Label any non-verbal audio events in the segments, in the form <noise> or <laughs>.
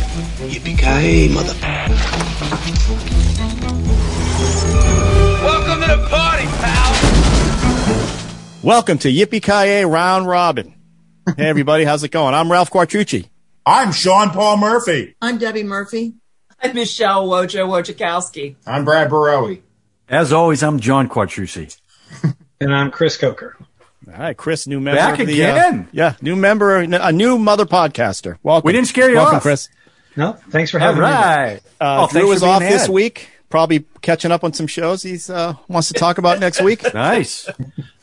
Yippee-ki-yay, mother. Welcome to the party, pal. Welcome to Yippee Ki Round Robin. Hey everybody, how's it going? I'm Ralph Quartucci. I'm Sean Paul Murphy. I'm Debbie Murphy. I'm <laughs> Michelle Wojo Wojciechowski. I'm Brad Barowie. As always, I'm John Quattrucci. And I'm Chris Coker. All right, Chris, new member. Back of the, again? uh, yeah, new member, a new mother podcaster. Welcome. We didn't scare you Welcome, off. Chris. No, thanks for All having me. right. Oh, Uh, thanks Drew for is being off this had. week, probably catching up on some shows he's uh, wants to talk about next <laughs> week. Nice.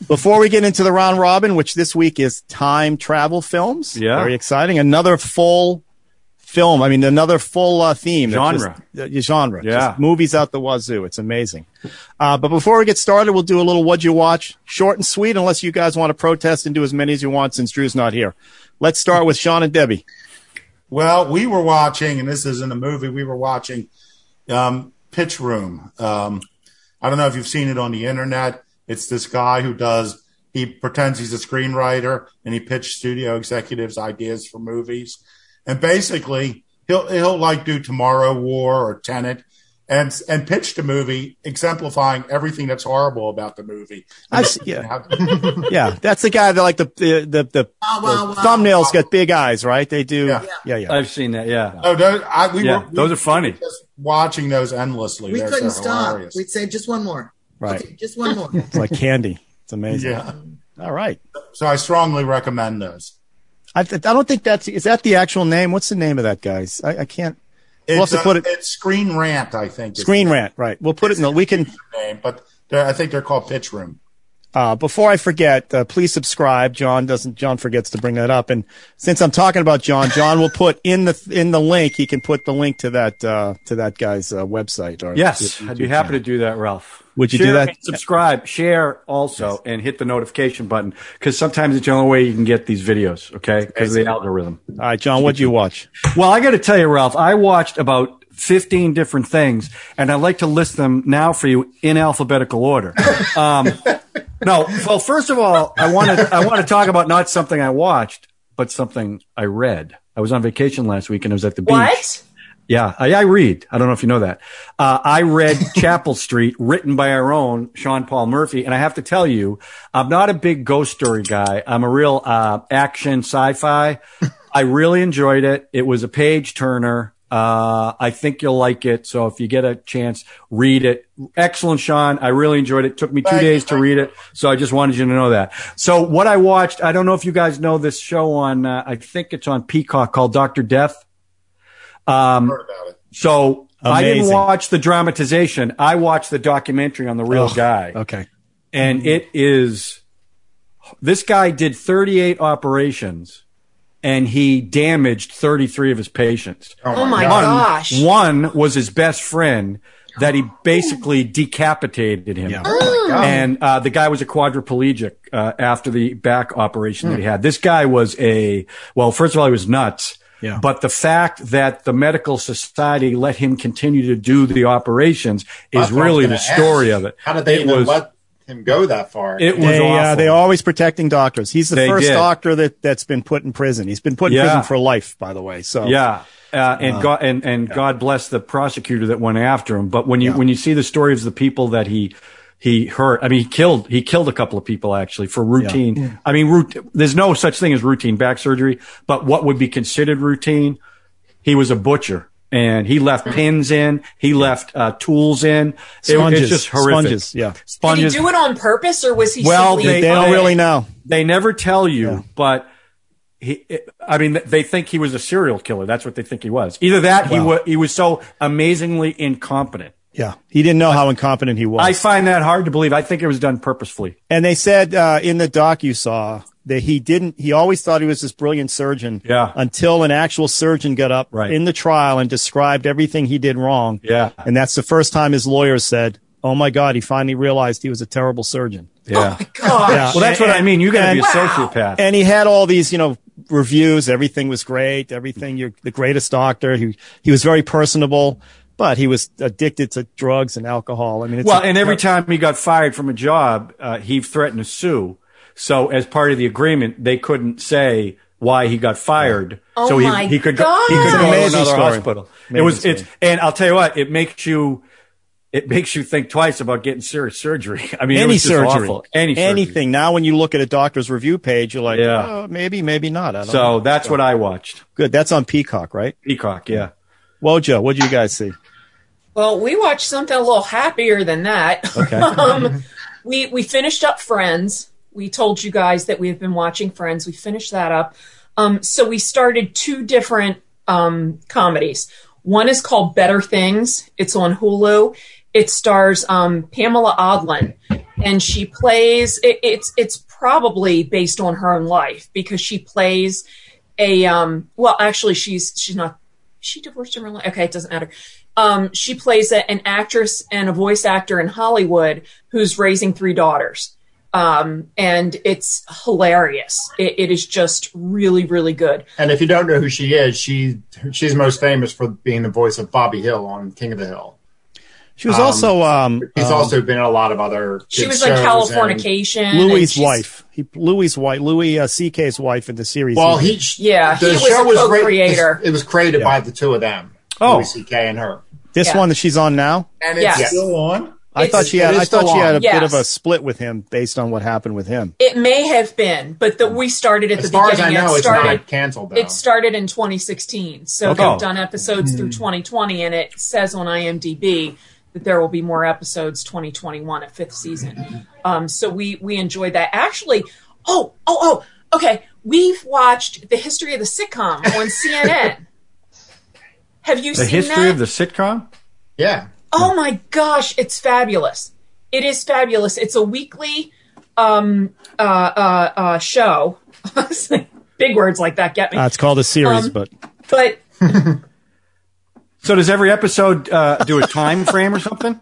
Before we get into the round robin, which this week is time travel films. Yeah. Very exciting. Another full film. I mean, another full uh, theme. That's Genre. Just, uh, genre. Yeah. Just movies out the wazoo. It's amazing. Uh, but before we get started, we'll do a little What'd You Watch? Short and sweet, unless you guys want to protest and do as many as you want since Drew's not here. Let's start with Sean and Debbie. Well, we were watching, and this isn't a movie, we were watching um, Pitch Room. Um, I don't know if you've seen it on the internet. It's this guy who does, he pretends he's a screenwriter and he pitched studio executives ideas for movies. And basically, he'll, he'll like do Tomorrow War or Tenet and, and pitched a movie exemplifying everything that's horrible about the movie. I see- <laughs> yeah. How- Yeah. That's the guy that like the, the, the, the Wow, wow, wow. thumbnails got big eyes, right? They do. Yeah. Yeah. Yeah. I've seen that. Yeah. <laughs> Oh, those, I, we Yeah, were, we those were are funny. Just watching those endlessly. We They're couldn't so stop. hilarious. We'd say just one more. Right. Okay, just <laughs> one more. It's like candy. It's amazing. Yeah. All right. So I strongly recommend those. I, th- I don't think that's is that the actual name. What's the name of that guy's? I, I can't. It's, We'll have to uh, put it- it's Screen Rant, I think. is Screen the rant, right? We'll put it in the. We can. Name, but they're- I think they're called Pitch Room. Uh, before I forget, uh, please subscribe. John doesn't. John forgets to bring that up. And since I'm talking about John, John will put in the in the link. He can put the link to that uh, to that guy's uh, website. Or Yes. I'd be happy to do that, Ralph. Would you do Share that? and subscribe, share also, and hit the notification button because sometimes it's the only way you can get these videos, okay? Because of the algorithm. All right, John. What'd you watch? Well, I got to tell you, Ralph, I watched about 15 different things, and I'd like to list them now for you in alphabetical order. Um, no, well, first of all, I want to I want to talk about not something I watched, but something I read. I was on vacation last week and I was at the beach. What? Yeah, I, I read. I don't know if you know that. Uh, I <laughs> read Chapel Street, written by our own Sean Paul Murphy, and I have to tell you, I'm not a big ghost story guy. I'm a real uh, action sci-fi. I really enjoyed it. It was a page turner. Uh, I think you'll like it. So if you get a chance, read it. Excellent, Sean. I really enjoyed it. Took me two Thank you. days to read it. So I just wanted you to know that. So what I watched, I don't know if you guys know this show on, uh, I think it's on Peacock called Dr. Death. Um, I've heard about it. So I didn't Amazing. watch the dramatization. I watched the documentary on the real guy. Okay. And it is this guy did 38 operations and he damaged 33 of his patients. Oh my One, gosh. one was his best friend that he basically decapitated him. Yeah. Oh And uh, the guy was a quadriplegic uh, after the back operation that he had. This guy was a, well, first of all, he was nuts. Yeah. But the fact that the medical society let him continue to do the operations is That's what I was really gonna the story ask. of it. How did they it even was, let him go that far? It was They uh, awful. they always protecting doctors. He's the They first did. doctor that that's been put in prison. He's been put in Yeah. prison for life, by the way. So Yeah. Uh, and God and, and God bless the prosecutor that went after him. But when you when you see the stories of the people that he he hurt, I mean, he killed he killed a couple of people actually for routine. I mean, root, there's no such thing as routine back surgery, but what would be considered routine? He was a butcher, and he left pins in, he left uh, tools in. It- Sponges. it's just horrific. Sponges, yeah. Did he sponges. do it on purpose or was he Well, simply they, they don't Oh, really know. They never tell you, but he, it- I mean, they think he was a serial killer. That's what they think he was. Either that, he was he was so amazingly incompetent. Yeah, he didn't know how incompetent he was. I find that hard to believe. I think it was done purposefully. And they said uh, in the doc you saw that he didn't. He always thought he was this brilliant surgeon. Yeah. Until an actual surgeon got up Right. in the trial and described everything he did wrong. Yeah. And that's the first time his lawyer said, "Oh my God!" He finally realized he was a terrible surgeon. Yeah. <laughs> God. Yeah. well, that's what I mean. You got to be a And- sociopath. And he had all these, you know, reviews. Everything was great. Everything. You're the greatest doctor. He he was very personable, but he was addicted to drugs and alcohol. I mean, it's well, and every time he got fired from a job, uh, he threatened to sue. So as part of the agreement, they couldn't say why he got fired. Oh so my he, he could go, he could God. It's an go to amazing another story. hospital. it Amazing was it's story. and I'll tell you what, it makes you it makes you think twice about getting serious surgery. <laughs> I mean, it Any was just surgery, awful. Any surgery. anything. Now, when you look at a doctor's review page, you're like, Yeah. oh, maybe, maybe not. I don't know. So that's what I watched. good. That's on Peacock, right? Peacock, yeah. Wojo, what do you guys see? Well, we watched something a little happier than that. Okay. <laughs> um, we we finished up Friends. We told you guys that we have been watching Friends. We finished that up. Um, so we started two different um, comedies. One is called Better Things. It's on Hulu. It stars um, Pamela Odlin, and she plays. It, it's it's probably based on her own life because she plays a um. Well, actually, she's she's not. She divorced in real life. Okay, it doesn't matter. Um, she plays a, an actress and a voice actor in Hollywood who's raising three daughters. Um, and it's hilarious. It, it is just really, really good. And if you don't know who she is, she she's most famous for being the voice of Bobby Hill on King of the Hill. She was Um, also um, He's um, also been in a lot of other. She good was on shows um, Californication. and Louis' she's- wife. He, Louis' wife, Louis uh, C.K.'s wife in the series. And, well, he Yeah, he the was show a was ra- co-creator. It was created by the two of them. Oh. Louis C.K. and her. this yeah. one that she's on now. And it's Yes. still on. I It's- thought she had. it is I thought still she had a on. bit of a Yes. split with him based on what happened with him. It may have been, but that we started at As the far as I beginning. know, it it's started. not canceled. Though. It started in 2016, so Oh. Okay. they've done episodes through 2020, and it says on IMDb that there will be more episodes 2021 at fifth season. Um, so we we enjoyed that. Actually, oh oh oh, okay, we've watched the history of the sitcom on CNN. Have you The seen history that? of the sitcom? yeah. Oh my gosh, it's fabulous. It is fabulous. It's a weekly um, uh, uh, uh, show. <laughs> Big words like that get me. Uh, it's called a series, Um, but but So does every episode uh, do a time frame or something?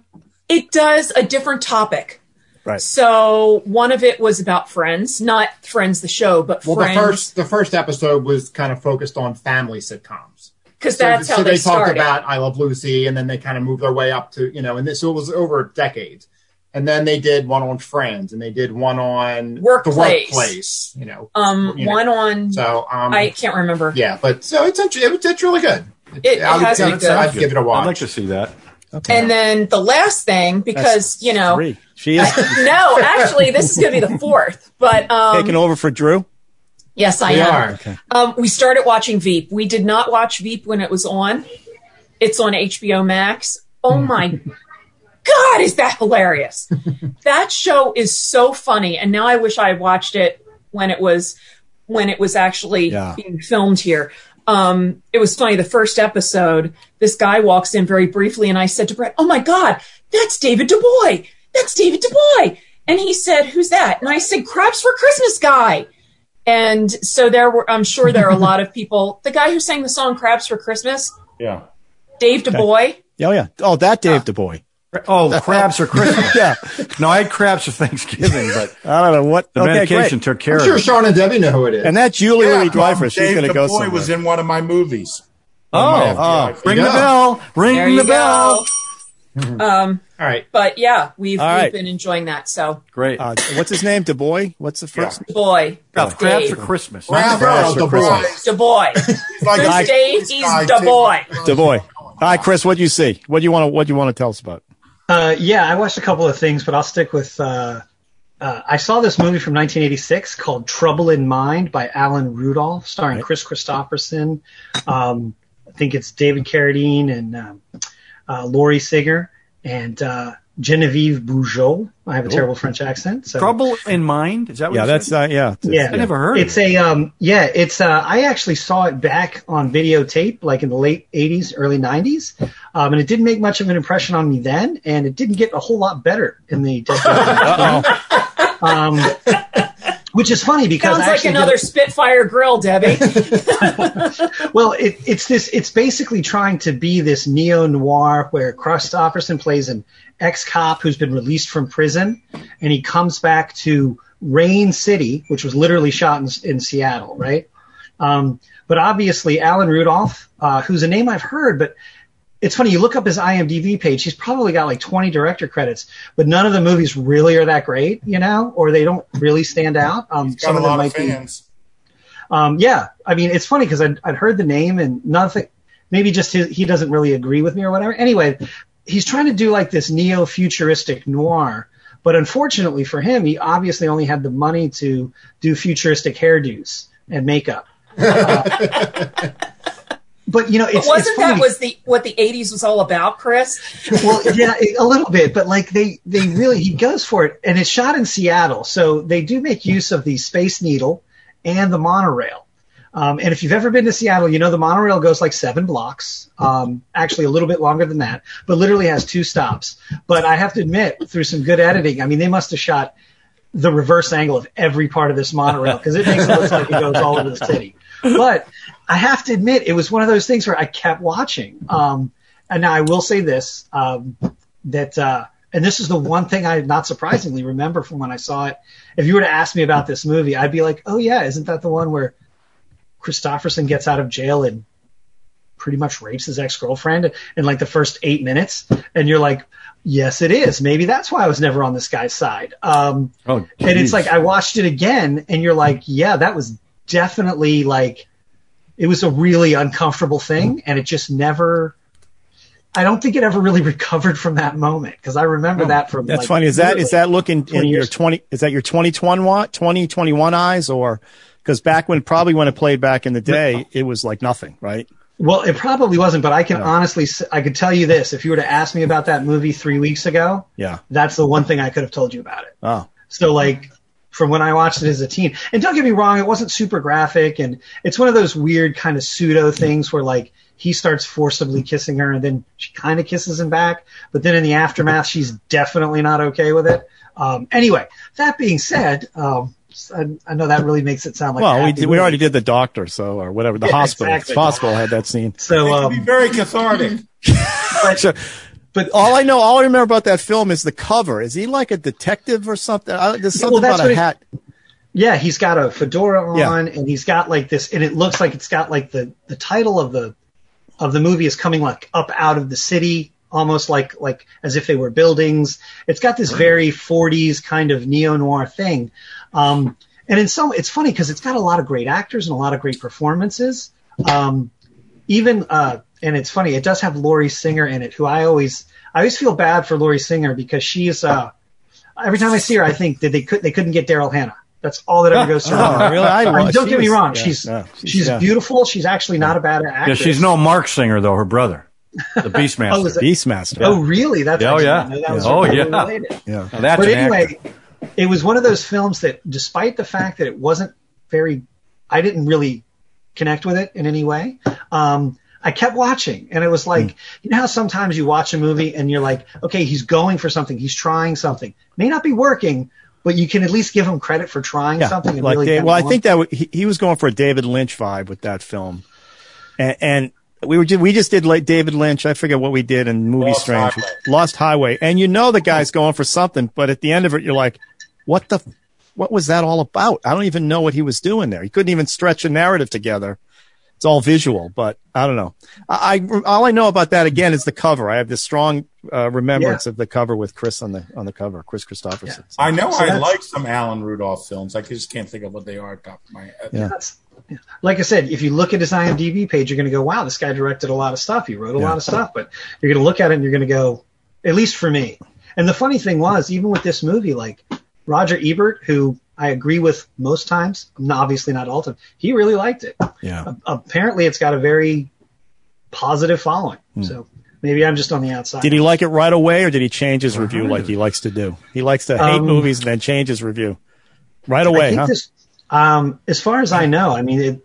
it does a different topic. Right. So one of it was about friends, not friends the show, but Well, friends the first the first episode was kind of focused on family sitcoms. because So- that's so, how they, they, talked started. about I Love Lucy, and then they kind of moved their way up to you know, and this so it was over decades. And then they did one on Friends, and they did one on Workplace. the workplace. You know, um, you know. one on So um, I can't remember. yeah, but so it's int- it, it's really good. It- I it has would, been I'd, good. I'd give it a watch. I'd like to see that. And then the last thing, because you know, three. She <laughs> is no, actually, this is going to be the fourth. But um, taking over for Drew. Yes, I We am. are. Um, we started watching Veep. We did not watch Veep when it was on. It's on HBO Max. Oh my <laughs> God, is that hilarious? that show is so funny. And now I wish I had watched it when it was when it was actually Yeah. being filmed here. Um, it was funny. The first episode, this guy walks in very briefly, and I said to Brett, "Oh my God, that's David DuBois. That's David DuBois." And he said, "Who's that?" And I said, "Crabs for Christmas guy." And so there were, I'm sure there are a lot of people. The guy who sang the song "Crabs for Christmas," Yeah. Dave DuBois. Oh yeah. Oh, that uh, Dave DuBois. Oh, crabs for Christmas. Yeah. No, I had crabs for Thanksgiving, but I don't know what. the okay, medication great. took care I'm of sure it. Sean and Debbie know who it is. And that Julie Louis Dreyfus, she's Dave going to go DuBois somewhere. was in one of my movies. Oh, oh, ring yeah. the bell. Ring There the you bell. go. Um, All right, but yeah, we've, All right. we've been enjoying that. So, Great. uh, what's his name? DuBois. What's the first? boy, Crabs for Dave, Christmas. Crabs Crabs for for Christmas. Christmas. DuBois. He's like There's a Dave, Christmas guy, he's too. DuBois. DuBois. All right, Chris. What do you see? What do you want to? What do you want to tell us about? Uh, yeah, I watched a couple of things, but I'll stick with. Uh, uh, I saw this movie from 1986 called Trouble in Mind by Alan Rudolph, starring Chris Christopherson. Um, I think it's David Carradine and um, uh, Laurie Singer and uh, Genevieve Bourgeot. I have a terrible French accent. So. Trouble in mind? Is that what Yeah, you that's said? uh, yeah. Yeah. I never heard of It's a um yeah, it's uh I actually saw it back on videotape like in the late 80s, early 90s. Um and it didn't make much of an impression on me then and it didn't get a whole lot better in the decade. um which is funny because Sounds I like actually did- another Spitfire grill, Debbie. well, it, it's this. It's basically trying to be this neo noir where Christopherson plays an ex cop who's been released from prison, and he comes back to Rain City, which was literally shot in, in Seattle, right? Um, but obviously, Alan Rudolph, uh, who's a name I've heard, but it's funny. You look up his IMDb page; he's probably got like 20 director credits, but none of the movies really are that great, you know, or they don't really stand out. Um, Got some a of them lot of might be. fans. Um, yeah, I mean, it's funny because I'd, I'd heard the name and nothing. Maybe just his, he doesn't really agree with me or whatever. Anyway, he's trying to do like this neo-futuristic noir, but unfortunately for him, he obviously only had the money to do futuristic hairdos and makeup. <laughs> Uh, but you know, But it's, wasn't it's funny that was the what the '80s was all about, Chris? well, yeah, a little bit, but like they they really he goes for it, and it's shot in Seattle, so they do make use of the Space Needle and the monorail. Um, and if you've ever been to Seattle, you know the monorail goes like seven blocks, um, actually a little bit longer than that, but literally has two stops. But I have to admit, through some good editing, I mean, they must have shot the reverse angle of every part of this monorail because it makes it look like it goes all over the city. But I have to admit, it was one of those things where I kept watching. Um, and now I will say this um, that, uh, and this is the one thing I not surprisingly remember from when I saw it. If you were to ask me about this movie, I'd be like, oh, yeah, isn't that the one where Christofferson gets out of jail and pretty much rapes his ex girlfriend in like the first eight minutes? And you're like, yes, it is. Maybe that's why I was never on this guy's side. Um, Oh, and geez. it's like I watched it again, and you're like, yeah, that was definitely like, it was a really uncomfortable thing, and it just never. I don't think it ever really <laughs> recovered from that moment because I remember that from. That's like, funny. Is that is that literally- looking in 20 your years. twenty? Is that your twenty twenty one twenty twenty one eyes or? Because back when probably when it played back in the day, it was like nothing, right? Well, it probably wasn't, but I can honestly, s- I could tell you this: if you were to ask me about that movie three weeks ago, Yeah. that's the one thing I could have told you about it. Oh, So like from when I watched it as a teen, and don't get me wrong, it wasn't super graphic, and it's one of those weird kind of pseudo things where like he starts forcibly kissing her, and then she kind of kisses him back, but then in the aftermath, she's definitely not okay with it. Um, anyway, that being said, um, I, I know that really makes it sound like a well, we happy did, we movie. already did the doctor, so or whatever the Yeah, hospital. exactly. The hospital had that scene. So It can be um, very cathartic. So- but all I know, all I remember about that film is the cover. Is he like a detective or something? I, there's Yeah, something well, that's about what a it- <laughs> hat. yeah, he's got a fedora on, Yeah. and he's got like this, and it looks like it's got like the the title of the of the movie is coming like up out of the city, almost like like as if they were buildings. It's got this very 40s kind of neo noir thing, um, and in some, it's funny because it's got a lot of great actors and a lot of great performances. Um, even uh, and it's funny, it does have Laurie Singer in it, who I always I always feel bad for Laurie Singer because she's uh, every time I see her, I think that they could they couldn't get Daryl Hannah. That's all that ever goes through. <laughs> Oh, her mind. really? I Oh, I mean, love- don't she get me was- wrong. yeah, she's no, she's, yeah. beautiful. She's actually not a bad actress. yeah, she's no Mark Singer though. Her brother, <laughs> the Oh, is Beastmaster. that- Beastmaster. Oh, really? That's Oh, I didn't yeah. know that was Oh, really yeah. related. yeah. Now, that's But an actor. anyway, it was one of those films that, despite the fact that it wasn't very, I didn't really connect with it in any way. Um, I kept watching, and it was like, Hmm. you know how sometimes you watch a movie and you're like, okay, he's going for something, he's trying something, may not be working, but you can at least give him credit for trying Yeah, something. And like really Dave- kind well, I of think that w- he, he was going for a David Lynch vibe with that film, and, and we were just, we just did like David Lynch. I forget what we did in Movie Lost Strange, Highway. Lost Highway, and you know the guy's going for something, but at the end of it, you're like, what the, f- what was that all about? I don't even know what he was doing there. He couldn't even stretch a narrative together. It's all visual, but I don't know. I, I all I know about that again is the cover. I have this strong uh, remembrance of the cover with Chris on the on the cover, Chris Christopherson. So- I know I that's- like some Alan Rudolph films. I just can't think of what they are at the top of my head. Yeah. That's- like I said, if you look at his IMDb page, you're going to go, "Wow, this guy directed a lot of stuff. He wrote a Yeah. lot of stuff." But you're going to look at it and you're going to go, "At least for me." And the funny thing was, even with this movie, like Roger Ebert, who I agree with most times, n- obviously not all time, he really liked it. yeah. A- Apparently, it's got a very positive following. So maybe I'm just on the outside. Hmm. Did he like it right away, or did he change his review like he likes to do? He likes to hate Um, movies and then change his review right I away. think Huh? this, um, as far as I know, I mean, it,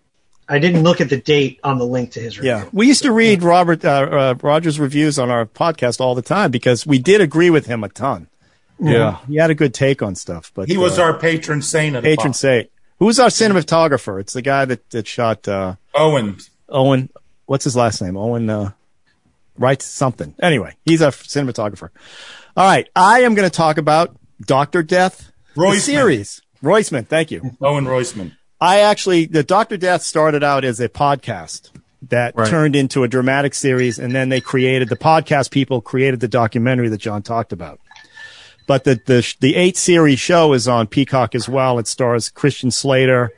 I didn't look at the date on the link to his review. yeah, we used to read Robert uh, uh, Rogers' reviews on our podcast all the time because we did agree with him a ton. yeah. He had a good take on stuff, but He was uh, our patron saint of the patron pod. saint. Who's our cinematographer? It's the guy that that shot uh, Owen. Owen. What's his last name? Owen uh, writes something. Anyway, he's our cinematographer. All right, I am going to talk about Doctor Death the Roiseman. series. Roiseman, thank you. Owen Roisman. I actually, the Doctor Death started out as a podcast, that Right. turned into a dramatic series, and then they created the podcast people created the documentary that John talked about. But the the the eight series show is on Peacock as well. It stars Christian Slater,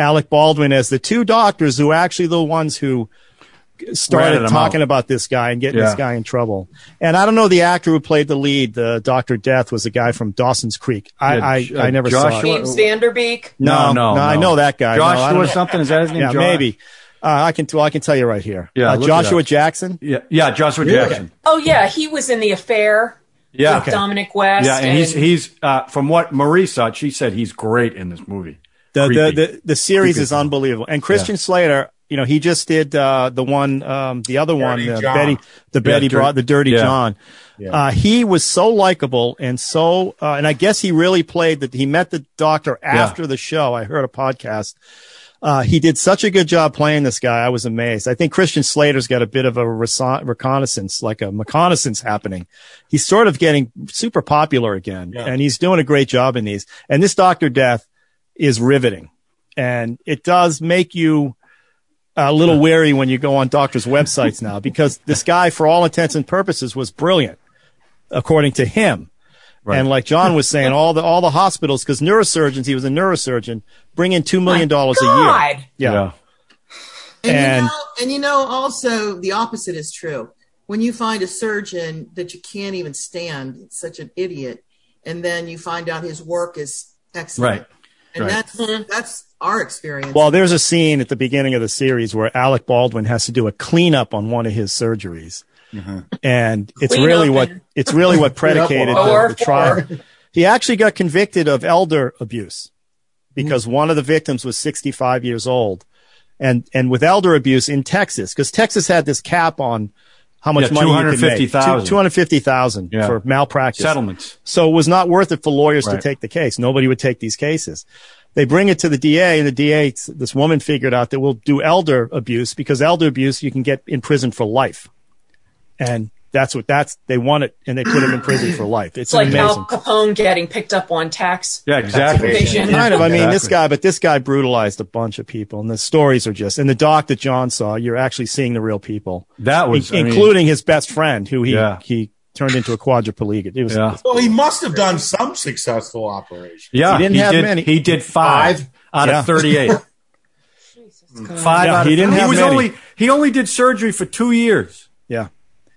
Alec Baldwin as the two doctors who are actually the ones who Ratted started him talking out. about this guy and getting Yeah. this guy in trouble. And I don't know the actor who played the lead, the Doctor Death, was a guy from Dawson's Creek. I Yeah, I, J- I never saw Joshua- it. James Vanderbeek. No, no, I know that guy. No, I don't Joshua know. something. Is that his name? Yeah, Josh? maybe. Uh, I can t- I can tell you right here. Yeah, Uh, look it Joshua up. Jackson. Yeah, yeah, Joshua Jackson. Oh yeah, he was in the affair. Yeah, with Dominic West. yeah, and he's he's uh, from what Marie saw. She said he's great in this movie. The the, Creepy. the the series Creepy is film. unbelievable. And Christian Slater, you know, he just did uh, the one, um, the other Dirty one, the John. Betty, the Betty Dir- brought the Dirty yeah. John. Uh, he was so likable and so, uh, and I guess he really played that. He met the doctor after the show. I heard a podcast. Uh, he did such a good job playing this guy. I was amazed. I think Christian Slater's got a bit of a reso- reconnaissance, like a reconnaissance happening. He's sort of getting super popular again, Yeah. and he's doing a great job in these. And this Doctor Death is riveting, and it does make you a little wary when you go on doctors' websites now because this guy, for all intents and purposes, was brilliant, according to him. And like John was saying, all the all the hospitals, because neurosurgeons, he was a neurosurgeon, bring in two million dollars a year. God. Yeah. And, And- you know, and you know, also the opposite is true. When you find a surgeon that you can't even stand, it's such an idiot, and then you find out his work is excellent. Right. And Right. that's that's our experience. Well, there's a scene at the beginning of the series where Alec Baldwin has to do a cleanup on one of his surgeries, and it's Clean really up what and- it's really what predicated on- the, Or the trial. He actually got convicted of elder abuse because one of the victims was 65 years old, and and with elder abuse in Texas because Texas had this cap on how much Yeah, money you could make $250,000. two hundred fifty thousand Yeah. for malpractice settlements. so it was not worth it for lawyers to Right. take the case. Nobody would take these cases. They bring it to the DA and the DA, this woman figured out that we'll do elder abuse because elder abuse you can get in prison for life. And that's what that's, they want it and they put him in prison for life. It's, It's like amazing. Al Capone getting picked up on tax. Yeah, exactly. evasion. Kind of. I mean, this Exactly. guy, but this guy brutalized a bunch of people, and the stories are just. And the doc that John saw, you're actually seeing the real people, That was in- I mean, including his best friend, who he Yeah. he turned into a quadriplegic. It was Yeah. Well, he must have done some successful operation. Yeah, He didn't have did, many. He did five, Five? out Yeah. of thirty-eight. <laughs> five. Yeah, out he of, didn't have was many. only he only did surgery for two years, yeah.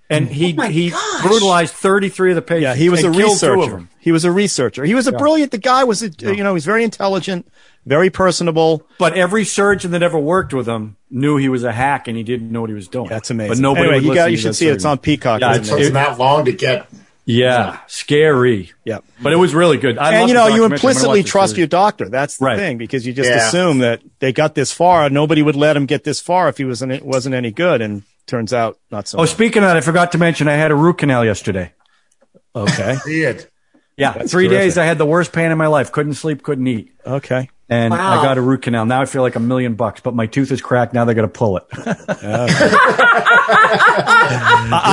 and he Oh my he gosh. brutalized thirty-three of the patients. Yeah, he was a and killed two of researcher. them. He was a researcher. He was a brilliant. The guy was, a, you know, he's very intelligent, very personable. But every surgeon that ever worked with him knew he was a hack, and he didn't know what he was doing. That's amazing. But nobody Anyway, would you, listen got, to you that should see it. It's surgeon. on Peacock. Yeah, It's it's- So it's amazing. not long to get. Yeah, scary. Yeah. But it was really good. I love and you the know, you documentary. I'm gonna watch implicitly the trust series. your doctor. That's the Right. thing because you just Yeah. assume that they got this far. Nobody would let him get this far if he wasn't it wasn't any good. And turns out not so. Oh, speaking of that, I forgot to mention I had a root canal yesterday. <laughs> okay, See it. Yeah, three terrific. days I had the worst pain in my life. Couldn't sleep, couldn't eat, okay. and Wow. I got a root canal. Now I feel like a million bucks, but my tooth is cracked. Now they got to <laughs> pull it. I,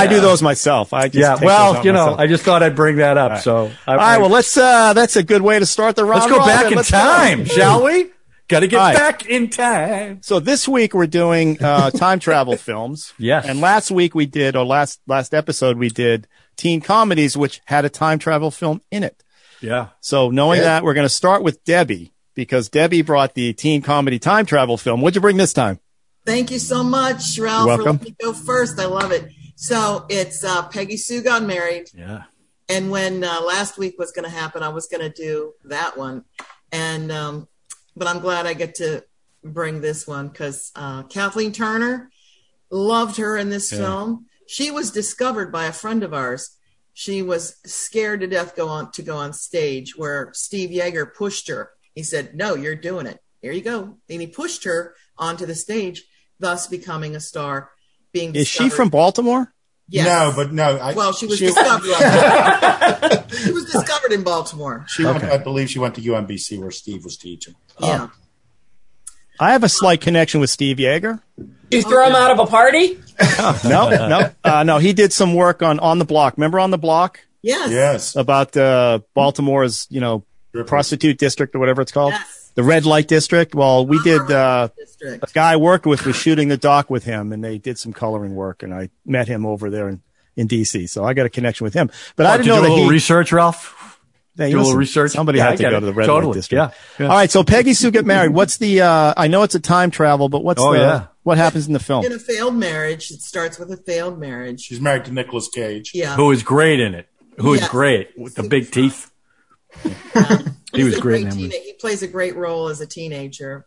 I do those myself. I just yeah. take those Well, out you know, myself. I just thought I'd bring that up. So I, all right. I- Well, let's. uh That's a good way to start the round. let's go robin. back in Let's go. Hmm. <laughs> time, shall we? Got to get All right. back in time. So this week we're doing uh, time travel films. Yes. And last week we did, or last last episode we did teen comedies, which had a time travel film in it. Yeah. So knowing that, we're going to start with Debbie because Debbie brought the teen comedy time travel film. What'd you bring this time? Thank you so much, Ralph, You're welcome. for letting me go first. I love it. So it's uh, Peggy Sue got married. Yeah. And when uh, last week was going to happen, I was going to do that one, and um, but I'm glad I get to bring this one because uh, Kathleen Turner loved her in this film. She was discovered by a friend of ours. She was scared to death go on to go on stage where Steve Yeager pushed her. He said, "No, you're doing it. Here you go." And he pushed her onto the stage, thus becoming a star. Being Is she discovered. from Baltimore? Yes. No, but no. I, Well, she was She, discovered. <laughs> she was discovered in Baltimore. she went, I believe she went to UMBC where Steve was teaching. Yeah. I have a slight connection with Steve Yeager. You throw him out of a party? No, no, uh, no. He did some work on on the block. Remember on the block Yes. Yes. about uh, Baltimore's, you know, prostitute district or whatever it's called. Yes. the red light district. Well, we did. Uh, District. a guy I worked with was shooting the doc with him, and they did some coloring work, and I met him over there in, in D.C. So I got a connection with him. But I Oh, Did didn't you know do a that little he. research, Ralph? Hey, do a little listen, research? Somebody Yeah, I had to get go it. to the red Totally. light district. Yeah, yeah. All right. So Peggy Sue get married. What's the? uh I know it's a time travel, but what's Oh, the? yeah. What happens in the film? In a failed marriage, it starts with a failed marriage. She's married to Nicolas Cage. Yeah. Who is great in it? Who is Yes. Um, great with the big <laughs> teeth? he He's was a great in that teena- movie. He plays a great role as a teenager,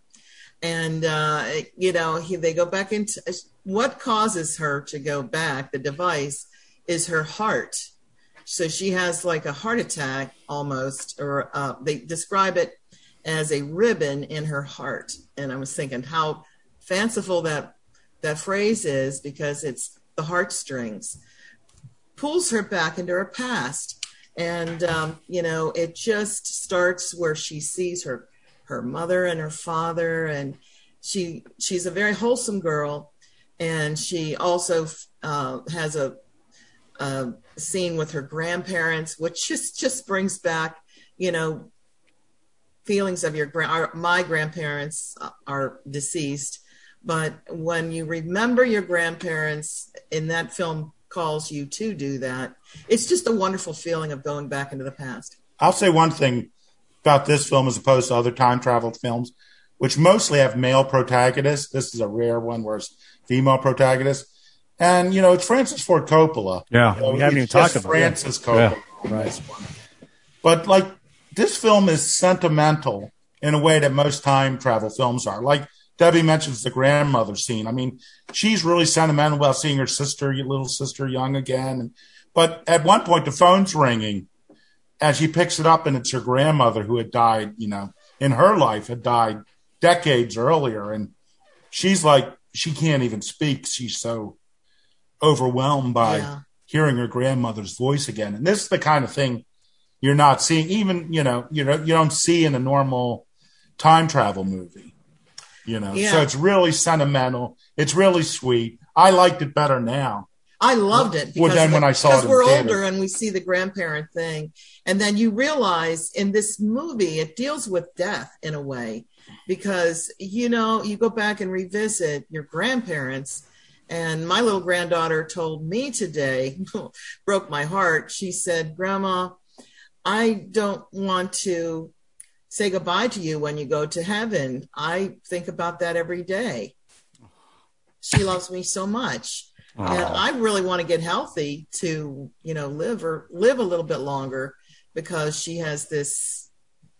and uh, you know he, they go back into what causes her to go back. The device is her heart, so she has like a heart attack almost, or uh, they describe it as a ribbon in her heart. And I was thinking how fanciful that that phrase is because it's the heartstrings pulls her back into her past and um, you know it just starts where she sees her her mother and her father and she she's a very wholesome girl and she also uh, has a, a scene with her grandparents which just just brings back you know feelings of your grand our, my grandparents are deceased but when you remember your grandparents in that film calls you to do that it's just a wonderful feeling of going back into the past I'll say one thing about this film as opposed to other time travel films, which mostly have male protagonists. This is a rare one where it's female protagonist. And, you know, it's Francis Ford Coppola. Yeah. You know, We haven't it's even just talked about it. Francis Coppola. in this one. But, like, this film is sentimental in a way that most time travel films are. Like, Debbie mentions the grandmother scene. I mean, she's really sentimental about seeing her sister, your little sister, young again. But at one point, the phone's ringing and she picks it up and it's her grandmother who had died you know in her life had died decades earlier and she's like she can't even speak she's so overwhelmed by Yeah. hearing her grandmother's voice again and this is the kind of thing you're not seeing even you know you know you don't see in a normal time travel movie you know so Yeah. it's really sentimental it's really sweet i liked it better now I loved it Well, then when I saw it because in we're theater- older and we see the grandparent thing, and then you realize in this movie it deals with death in a way because you know you go back and revisit your grandparents. And my little granddaughter told me today, <laughs> broke my heart. She said, "Grandma, I don't want to say goodbye to you when you go to heaven. I think about that every day. She loves me so much. And I really want to get healthy to, you know, live or live a little bit longer because she has this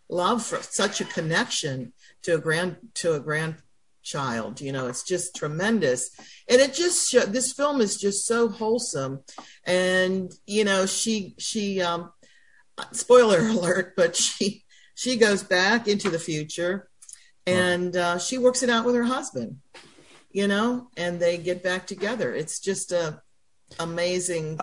love for such a connection to a grand to a grandchild. You know, it's just tremendous. And it just show, this film is just so wholesome. And, you know, she she um spoiler <laughs> alert, but she she goes back into the future, and uh, she works it out with her husband, you know, and they get back together. It's just a amazing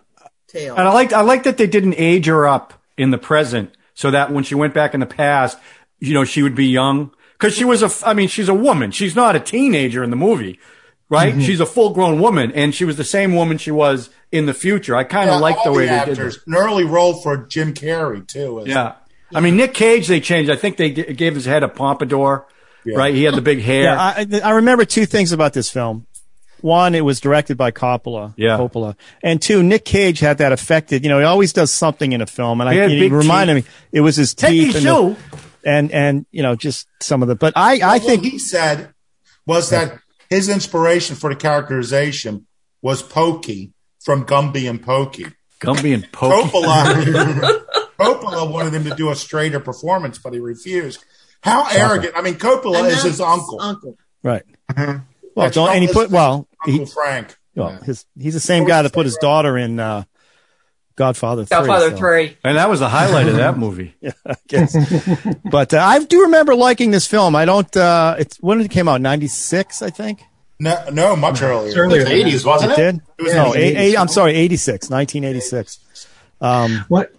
tale. And I liked I liked that they didn't age her up in the present, so that when she went back in the past, you know, she would be young because she was a. f- I mean, she's a woman. She's not a teenager in the movie, right? Mm-hmm. She's a full grown woman, and she was the same woman she was in the future. I kind of Yeah, liked the all way they did actors, this. an early role for jim carrey too is Yeah. I mean, Nick Cage, they changed. I think they g- gave his head a pompadour, right? He had the big hair. Yeah, I, I- I remember two things about this film. One, it was directed by Coppola. Yeah. Coppola. And two, Nick Cage had that affected. You know, he always does something in a film, and He I had he big reminded teeth. me it was his Take teeth me and, shoe. the- and and you know just some of the. But I I I think think he said was that his inspiration for the characterization was Pokey from Gumby and Pokey. Gumby and Oh. Pokey. Coppola, Coppola wanted him to do a straighter performance, but he refused. How arrogant! I mean, Coppola And is that's his uncle. Uncle. right. Well, That's don't, and he Elvis' put well he Uncle Frank. well, his he's the same guy that put his daughter in uh, Godfather. Godfather so- Three. And that was the highlight of that <laughs> movie. <laughs> But uh, I do remember liking this film. I don't. Uh, it's when it came out, ninety six, I think. No, no, much earlier. It's earlier than that. eighties, wasn't It it? did. It was no, in the eight, eight, I'm sorry, 86, 1986. What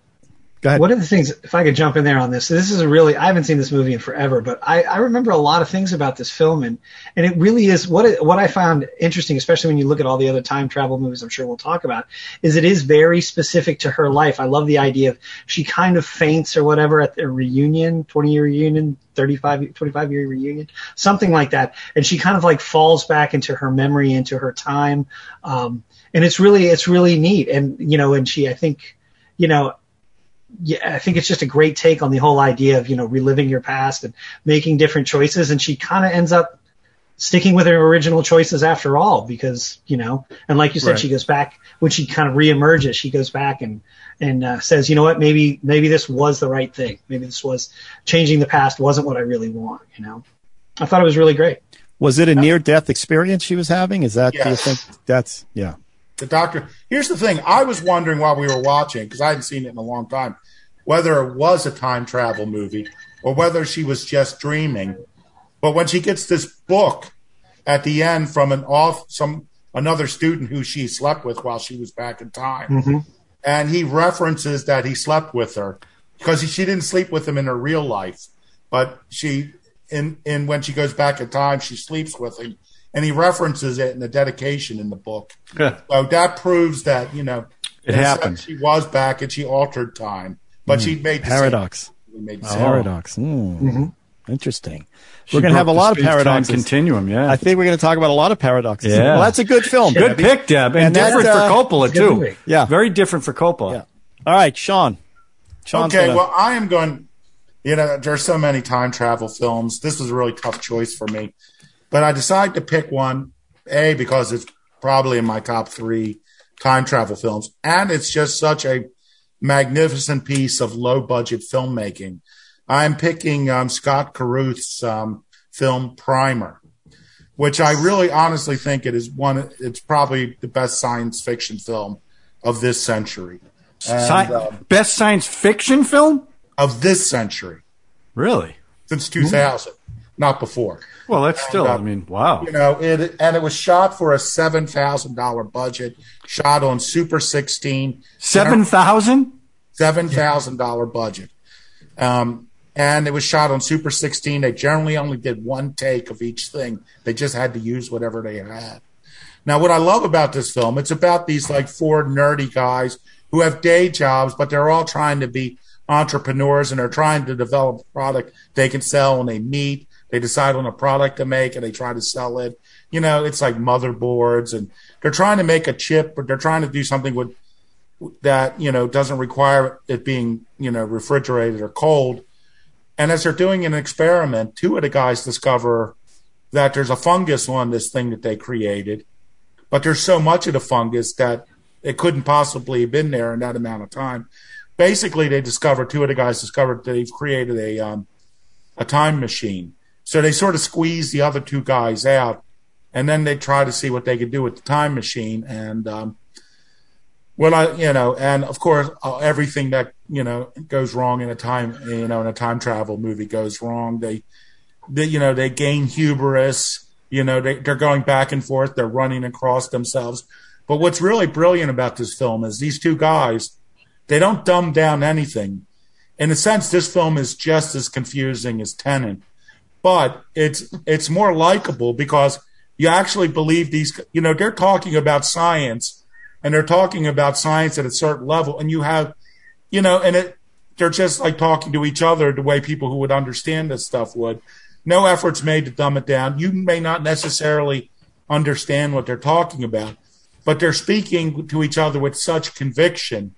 Go ahead. One of the things, if I could jump in there on this, this is a really, I haven't seen this movie in forever, but I, I remember a lot of things about this film, and, and it really is what it, what I found interesting, especially when you look at all the other time travel movies I'm sure we'll talk about, is it is very specific to her life. I love the idea of she kind of faints or whatever at their reunion, 20 year reunion, 35, 25 year reunion, something like that, and she kind of like falls back into her memory, into her time, um, and it's really it's really neat, and you know, and she I think. You know, yeah, I think it's just a great take on the whole idea of you know reliving your past and making different choices. And she kind of ends up sticking with her original choices after all, because you know, and like you said, Right. she goes back when she kind of reemerges. She goes back and and uh, says, you know what, maybe maybe this was the right thing. Maybe this was changing the past wasn't what I really want. You know, I thought it was really great. Was it a near death experience she was having? Is that do you Yes. think that's yeah? the doctor. Here's the thing: I was wondering while we were watching because I hadn't seen it in a long time whether it was a time travel movie or whether she was just dreaming. But when she gets this book at the end from an off some another student who she slept with while she was back in time, Mm-hmm. and he references that he slept with her because she didn't sleep with him in her real life, but she in in when she goes back in time she sleeps with him, and he references it in the dedication in the book. So that proves that you know It in a happened. sense, She was back and she altered time, but she made the same- Paradox. we made the same- Paradox. Hmm. Interesting. She we're gonna have a broke the lot of space-time paradoxes. Continuum, yeah. I think we're gonna talk about a lot of paradoxes. Yeah. Well, that's a good film. Good Debbie. pick, Deb, and, And that, different uh, for Coppola a good too. movie. Yeah. very different for Coppola. Yeah. All right, Sean. Sean's Okay, gonna- well, I am going. You know, there's so many time travel films. This was a really tough choice for me, but I decided to pick one. A because it's probably in my top three time travel films, and it's just such a magnificent piece of low budget filmmaking. I'm picking um, Scott Caruth's um, film Primer, which I really honestly think it is one. It's probably the best science fiction film of this century. And, Sci- um, best science fiction film, of this century really? since 2000, not before. Well, that's still. uh, I mean, wow. You know, it, and it was shot for a seven thousand dollar budget, shot on Super 16, Seven thousand. seven thousand dollar budget, um, and it was shot on Super 16. They generally only did one take of each thing. They just had to use whatever they had. Now, what I love about this film, it's about these like four nerdy guys who have day jobs, but they're all trying to be entrepreneurs and they're trying to develop a product they can sell and they meet. They decide on a product to make and they try to sell it. You know, it's like motherboards and they're trying to make a chip, but they're trying to do something with that, you know, doesn't require it being, you know, refrigerated or cold. And as they're doing an experiment, two of the guys discover that there's a fungus on this thing that they created but there's so much of the fungus that it couldn't possibly have been there in that amount of time. Basically, they discovered two of the guys discovered that they've created a um, a time machine. So they sort of squeeze the other two guys out, and then they try to see what they could do with the time machine. And um, well, I you know, and of course, uh, everything that you know goes wrong in a time you know in a time travel movie goes wrong. They they, you know, they gain hubris. You know, they, they're going back and forth. They're running across themselves. But what's really brilliant about this film is these two guys, they don't dumb down anything. In a sense, this film is just as confusing as Tenet, but it's it's more likable because you actually believe these. You know, they're talking about science, and they're talking about science at a certain level, and you have, you know, and it they're just like talking to each other the way people who would understand this stuff would. No efforts made to dumb it down. You may not necessarily understand what they're talking about, but they're speaking to each other with such conviction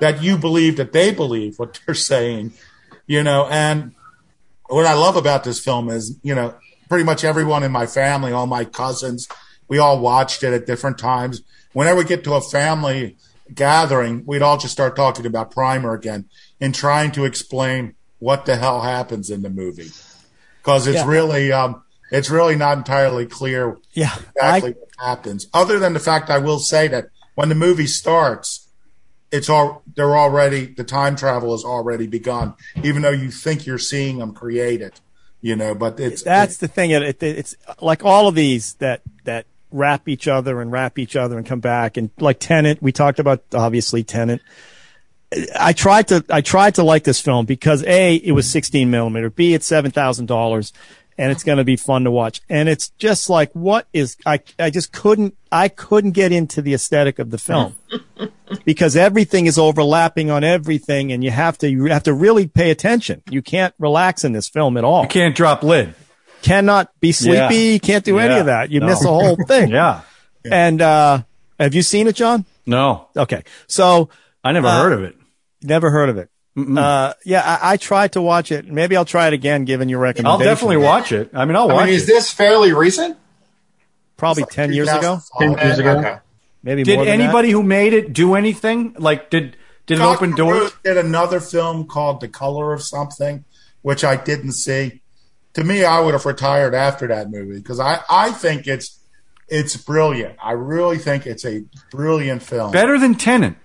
that you believe that they believe what they're <laughs> saying, you know. And what I love about this film is, you know, pretty much everyone in my family, all my cousins, we all watched it at different times. Whenever we get to a family gathering, we'd all just start talking about Primer again and trying to explain what the hell happens in the movie because it's really, um, it's really not entirely clear yeah. exactly I- what happens. Other than the fact, I will say that when the movie starts, it's all they're already the time travel has already begun, even though you think you're seeing them create it, you know. But it's that's the thing. It, it, it's like all of these that that wrap each other and wrap each other and come back and like Tenant. We talked about obviously Tenant. I tried to I tried to like this film because a it was 16 millimeter, b it's seven thousand dollars, and it's going to be fun to watch. And it's just like what is I I just couldn't I couldn't get into the aesthetic of the <laughs> film because everything is overlapping on everything, and you have to you have to really pay attention. You can't relax in this film at all. You can't drop lid. cannot be sleepy. Yeah. You can't do any Yeah. of that. You No. miss the <laughs> whole thing. Yeah. And uh, have you seen it, John? No, Okay, so I never Uh, heard of it. never heard of it. Uh, yeah, I, I tried to watch it. Maybe I'll try it again, given your recommendation. I'll definitely watch it. I mean, I'll watch I mean, is it. this fairly recent? Probably ten years ago, 2005. 10 years ago. Okay. maybe. Did more than that. anybody who made it do anything? Like, did did it Dr. open doors? Ruth did another film called The Color of Something, which I didn't see. To me, I would have retired after that movie because I, I think it's it's brilliant. I really think it's a brilliant film. Better than Tenant.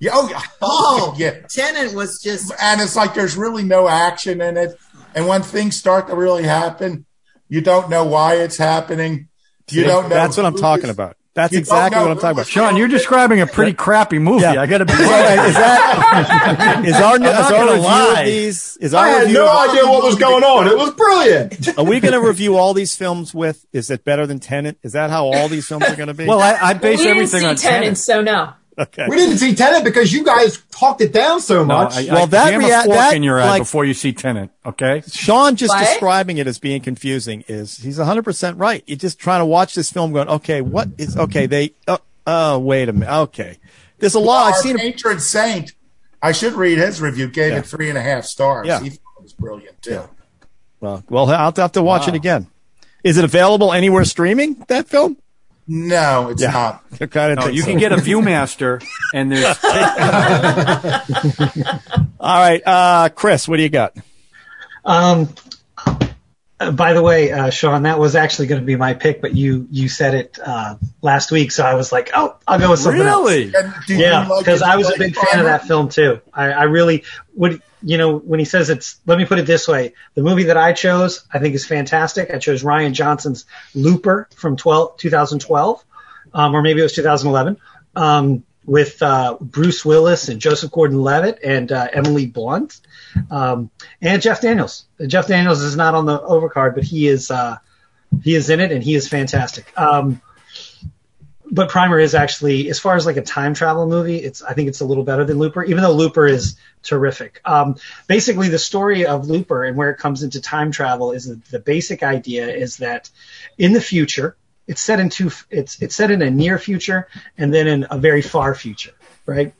Yeah, oh, <laughs> yeah. Oh, yeah. Tenant was just And it's like there's really no action in it. And when things start to really happen, you don't know why it's happening. You don't know. That's what I'm who talking is- about. That's You don't exactly know what I'm who talking about. was- John, you're describing a pretty crappy movie. Yeah. I got to <laughs> be. is that is our, is not our gonna review lie. of these? Is I our had review? no of- idea what was going on. It was <laughs> brilliant. are we going to review all these films with? Is it better than Tenant? Is that how all these films are going to be? Well, I, I We base didn't everything see on Tenant, Tenant. so no. <laughs> okay. We didn't see Tenet because you guys talked it down so No, much. I, Well, I that jam rea- a fork that, in your eye like- before you see Tenant. Okay. Sean just What? describing it as being confusing is he's 100% right. You're just trying to watch this film going, okay, what is, okay, they, oh, oh wait a minute. Okay. There's a lot. I've Our seen it. patron saint. I should read his review. Gave Yeah. it three and a half stars. Yeah. He thought it was brilliant too. Well, well, I'll have to watch it again. Is it available anywhere streaming that film? <laughs> No, it's Yeah. not. I kinda No, think you so. can get a ViewMaster, and there's <laughs> All right. Uh, Chris, what do you got? Um, uh, by the way, uh, Sean, that was actually going to be my pick, but you you said it uh, last week, so I was like, oh, I'll go with something else. really. And do you Yeah, like because it? I was Do a you big like fan of it? that film too. I, I really would. You know, when he says it's, let me put it this way: the movie that I chose, I think, is fantastic. I chose Ryan Johnson's Looper from 12, 2012, um, or maybe it was 2011, um, with uh, Bruce Willis and Joseph Gordon-Levitt and uh, Emily Blunt, um, and Jeff Daniels. Jeff Daniels is not on the overcard, but he is. Uh, he is in it and he is fantastic. Um, but Primer is actually, as far as like a time travel movie, it's I think it's a little better than Looper, even though Looper is terrific. Um, basically, the story of Looper and where it comes into time travel is that the basic idea is that in the future, it's set in two, it's it's set in a near future and then in a very far future, right?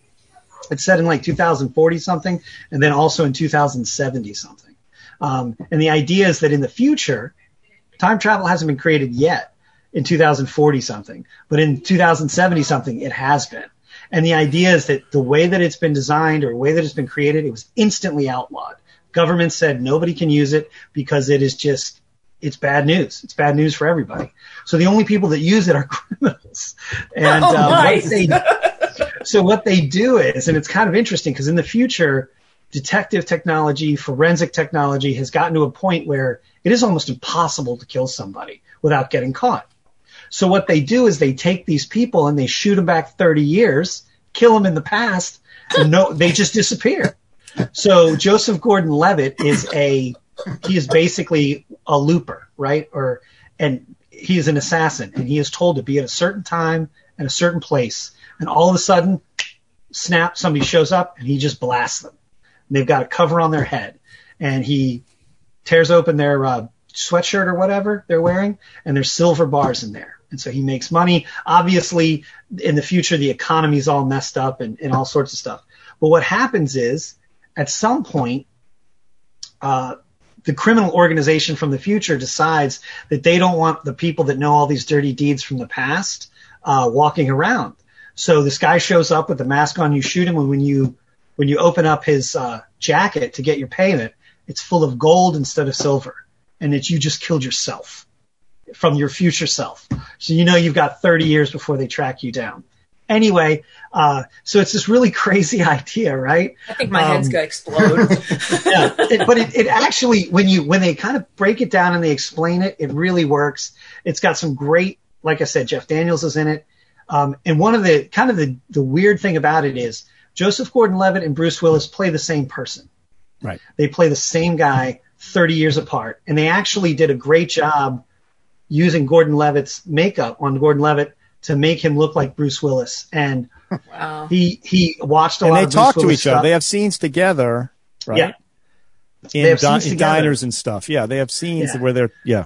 It's set in like 2040 something, and then also in 2070 something. Um, and the idea is that in the future, time travel hasn't been created yet in 2040 something, but in 2070 something, it has been. And the idea is that the way that it's been designed or the way that it's been created, it was instantly outlawed. Government said nobody can use it because it is just, it's bad news. It's bad news for everybody. So the only people that use it are <laughs> criminals. And Oh, um, what nice. they- so what they do is, and it's kind of interesting because in the future, detective technology, forensic technology has gotten to a point where it is almost impossible to kill somebody without getting caught. So what they do is they take these people and they shoot them back 30 years, kill them in the past, and no, they just disappear. So Joseph Gordon-Levitt is a he is basically a looper, right? Or and he is an assassin, and he is told to be at a certain time and a certain place, and all of a sudden, snap, somebody shows up and he just blasts them. And they've got a cover on their head, and he tears open their uh, sweatshirt or whatever they're wearing, and there's silver bars in there. And so he makes money. Obviously, in the future, the economy's all messed up and, and all sorts of stuff. But what happens is, at some point, uh, the criminal organization from the future decides that they don't want the people that know all these dirty deeds from the past uh, walking around. So this guy shows up with the mask on. You shoot him, and when you when you open up his uh, jacket to get your payment, it's full of gold instead of silver, and that you just killed yourself from your future self. So you know you've got 30 years before they track you down. Anyway, uh, so it's this really <laughs> crazy idea, right? I think my head's Um, <laughs> gonna explode. yeah, it, but it, it actually when you when they kind of break it down and they explain it, it really works. It's got some great, like I said, Jeff Daniels is in it, um, and one of the kind of the the weird thing about it is Joseph Gordon-Levitt and Bruce Willis play the same person. Right. They play the same guy 30 years apart, and they actually did a great job using Gordon-Levitt's makeup on Gordon-Levitt to make him look like Bruce Willis. And Wow. he he watched a and lot they of Bruce talk to Willis each other. stuff. They have scenes together, right? Yeah. In, They have di- scenes in together. diners and stuff. Yeah, they have scenes Yeah. where they're yeah.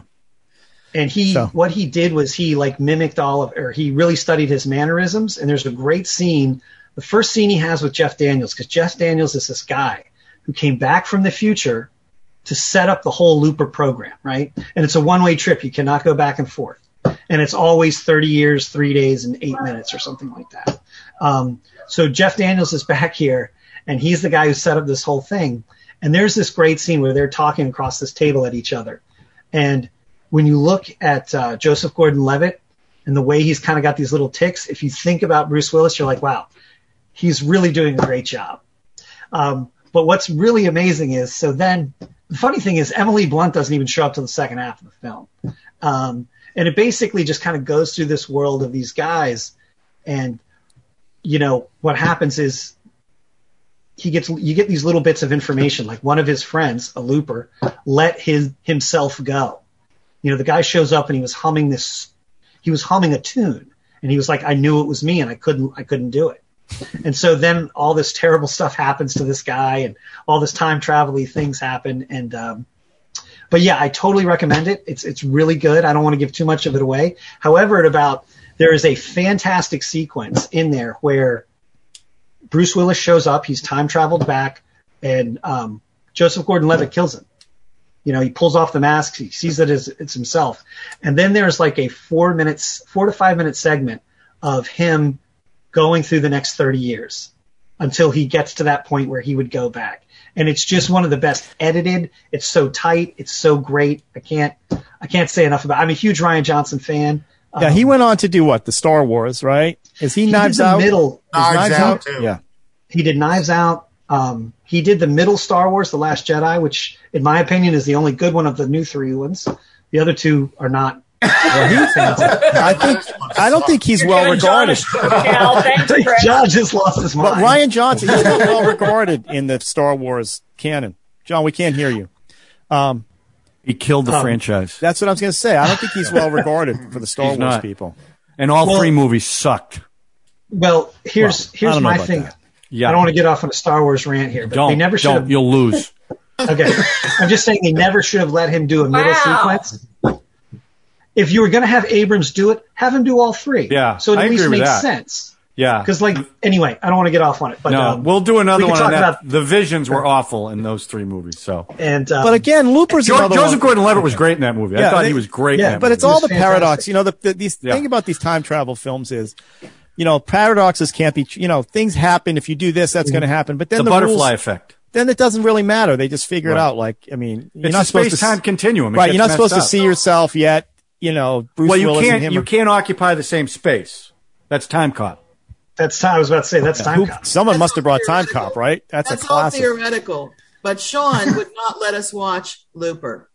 And he, So- what he did was he like mimicked all of, or he really studied his mannerisms. And there's a great scene, the first scene he has with Jeff Daniels, because Jeff Daniels is this guy who came back from the future to set up the whole Looper program, right? And it's a one way trip. You cannot go back and forth. And it's always 30 years, three days, and eight minutes or something like that. Um, so Jeff Daniels is <laughs> back here, and he's the guy who set up this whole thing. And there's this great scene where they're talking across this table at each other. And when you look at uh, Joseph Gordon Levitt and the way he's kind of got these little ticks, if you think about Bruce Willis, you're like, wow, he's really doing a great job. Um, but what's really amazing is so then the funny thing is Emily Blunt doesn't even show up till the second half of the film. Um, and it basically just kind of goes through this world of these guys. And, you know, what happens is he gets you get these little bits of information like one of his friends a looper let his himself go you know the guy shows up and he was humming this he was humming a tune and he was like i knew it was me and i couldn't i couldn't do it and so then all this terrible stuff happens to this guy and all this time travel things happen and um but yeah i totally recommend it it's it's really good i don't want to give too much of it away however at about there is a fantastic sequence in there where bruce willis shows up he's time traveled back and um joseph gordon-levitt kills him you know, he pulls off the mask. He sees that it's, it's himself. And then there's like a four minutes, four to five minute segment of him going through the next 30 years until he gets to that point where he would go back. And it's just one of the best edited. It's so tight. It's so great. I can't, I can't say enough about, I'm a huge Ryan Johnson fan. Yeah, he went on to do what? The Star Wars, right? Is he, Um, He did knives the out? middle. Is Knives Out, too. Yeah. He did Knives Out. Um, he did the middle Star Wars, The Last Jedi, which, in my opinion, is the only good one of the new three ones. The other two are not. <laughs> I think I don't think he's well Giving John a regarded. shout, <laughs> Cal. Thanks, Chris. John just lost his But mind. Ryan Johnson, he's not well regarded in the Star Wars canon. John, we can't hear you. He killed Um, the franchise, That's what I was going to say. I don't think he's well regarded for the Star He's Wars not. people. and all Well- three movies sucked. well, here's Well, I here's don't know my about thing. that. Yeah, I don't want to get off on a Star Wars rant here, but Don't. they never should don't. have. <laughs> You'll lose. Okay, I'm just saying they never should have let him do a middle Wow. sequence. If you were going to have Abrams do it, have him do all three. Yeah, so it I at least agree with makes that. sense. Yeah. Because, like, anyway, I don't want to get off on it. But No, um, we'll do another we can one on talk that. about- the visions were awful in those three movies. So and um, But again, Looper's Jo- another Joseph one. Gordon-Levitt was great in that movie. I Yeah, thought they- he was great. yeah, in that but it's It movie. all was the paradox. fantastic. You know, the, the these Yeah. thing about these time travel films is, you know, paradoxes can't be. tr- You know, things happen. If you do this, that's going to happen. But then the, the, butterfly rules- effect. then it doesn't really matter. They just figure it Right. out. Like, I mean, you're It's not a supposed to space-time s- continuum. It right? You're gets not supposed to messed up. see yourself yet. You know, Bruce Well, you Willis and can't. him. You are- can't occupy the same space. That's time cop. that's I was about to say that's time who- cop. someone That's must have all brought Time theoretical. Cop, right? That's, That's a all classic. theoretical. But Sean would not let us watch Looper.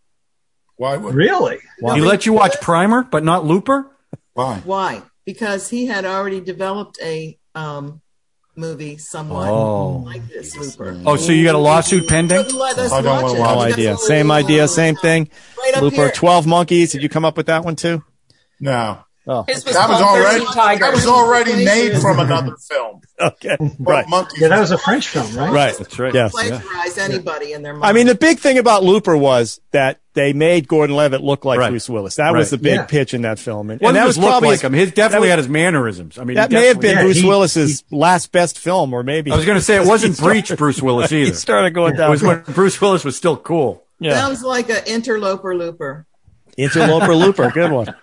Why would Really? He let you watch Primer, but not Looper. why? Why? Because he had already developed a um, movie somewhat Oh. like this Looper. Oh, so you got a lawsuit pending? Wouldn't let us I don't watch wanna it. watch No That's idea. what we Same were idea, on. same thing. Right up Looper, here. Twelve Monkeys. Did you come up with that one too? <laughs> No. Oh, His was, That was called already Thirsty Tiger. that was already made from another film. okay, right, Monkey. Yeah, that was a French film, right? right. That's right. Yes. plagiarize anybody in their mind. I mean, the big thing about Looper was that they made Gordon Levitt look like Right. Bruce Willis. That Right. was the big Yeah. pitch in that film, and, Well, and that he was just looked probably like him. His definitely that had his mannerisms. I mean, he that may have definitely- been Yeah, Bruce he- Willis's last best film, or maybe I was going to <laughs> say it wasn't Breach Bruce Willis he either. started going It down. <laughs> was when Bruce Willis was still cool. yeah. sounds like an interloper looper. Interloper Looper, good one.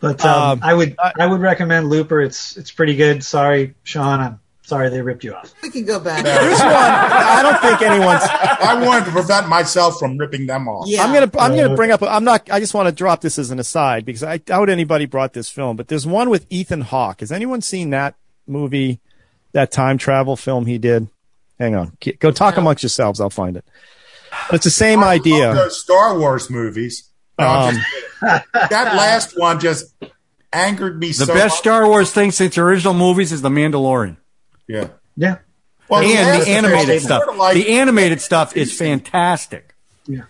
But um, Um, I would I would recommend Looper. It's it's pretty good. Sorry, Sean. I'm sorry they ripped you off. We could go back. Here's one. I don't think <laughs> anyone's. I wanted to prevent myself from ripping them off. Yeah. I'm gonna I'm gonna bring up. I'm not. I just want to drop this as an aside because I doubt anybody brought this film. But there's one with Ethan Hawke. Has anyone seen that movie? That time travel film he did. Hang on. K- Go talk amongst yourselves. I'll find it. But it's the same I love idea. those Star Wars movies. No, I'm Um, just kidding. <laughs> that last one just angered me The so best much. Star Wars thing since the original movies is The Mandalorian. yeah. Yeah. Well, and last the film animated was stuff. sorta like- the animated stuff is fantastic. Yeah.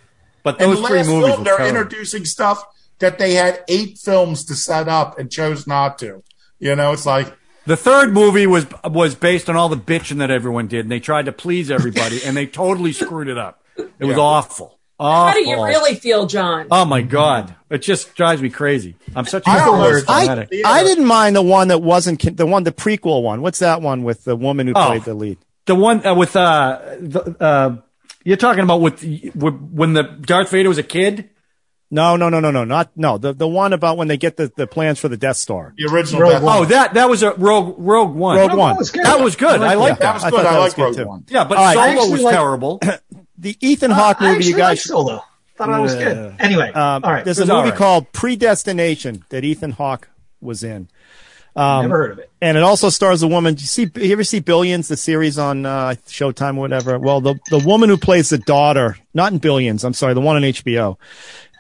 But And those the three last movies film, were they're terrible. introducing stuff that they had eight films to set up and chose not to. You know, it's like The third movie was was based on all the bitching that everyone did, and they tried to please everybody, and they totally screwed it up. It was awful. Awful. How do you really feel, John? Oh my god! It just drives me crazy. I'm such a I almost- I, fanatic. I didn't mind the one that wasn't con- the one the prequel one. What's that one with the woman who Oh. played the lead? the one uh, with uh, the, uh, you're talking about with, with when the Darth Vader was a kid. No, no, no, no, no, not no. The the one about when they get the, the plans for the Death Star. the original. Rogue Death- One. Oh, that that was a Rogue Rogue One. Rogue One. That was good. Oh, That was good. I like that that. was I good. thought I, that was like good, Rogue too. One. Yeah, but All right. I Solo actually was like- terrible. The Ethan Hawke I movie you actually guys. liked Solo. Thought it was good. Anyway, Um, all right. There's a It was all movie right. called Predestination that Ethan Hawke was in, Never heard of it. and it also stars a woman. Do you see, you ever see Billions, the series on uh, Showtime, or whatever? Well, the the woman who plays the daughter, not in Billions. I'm sorry, the one on HBO.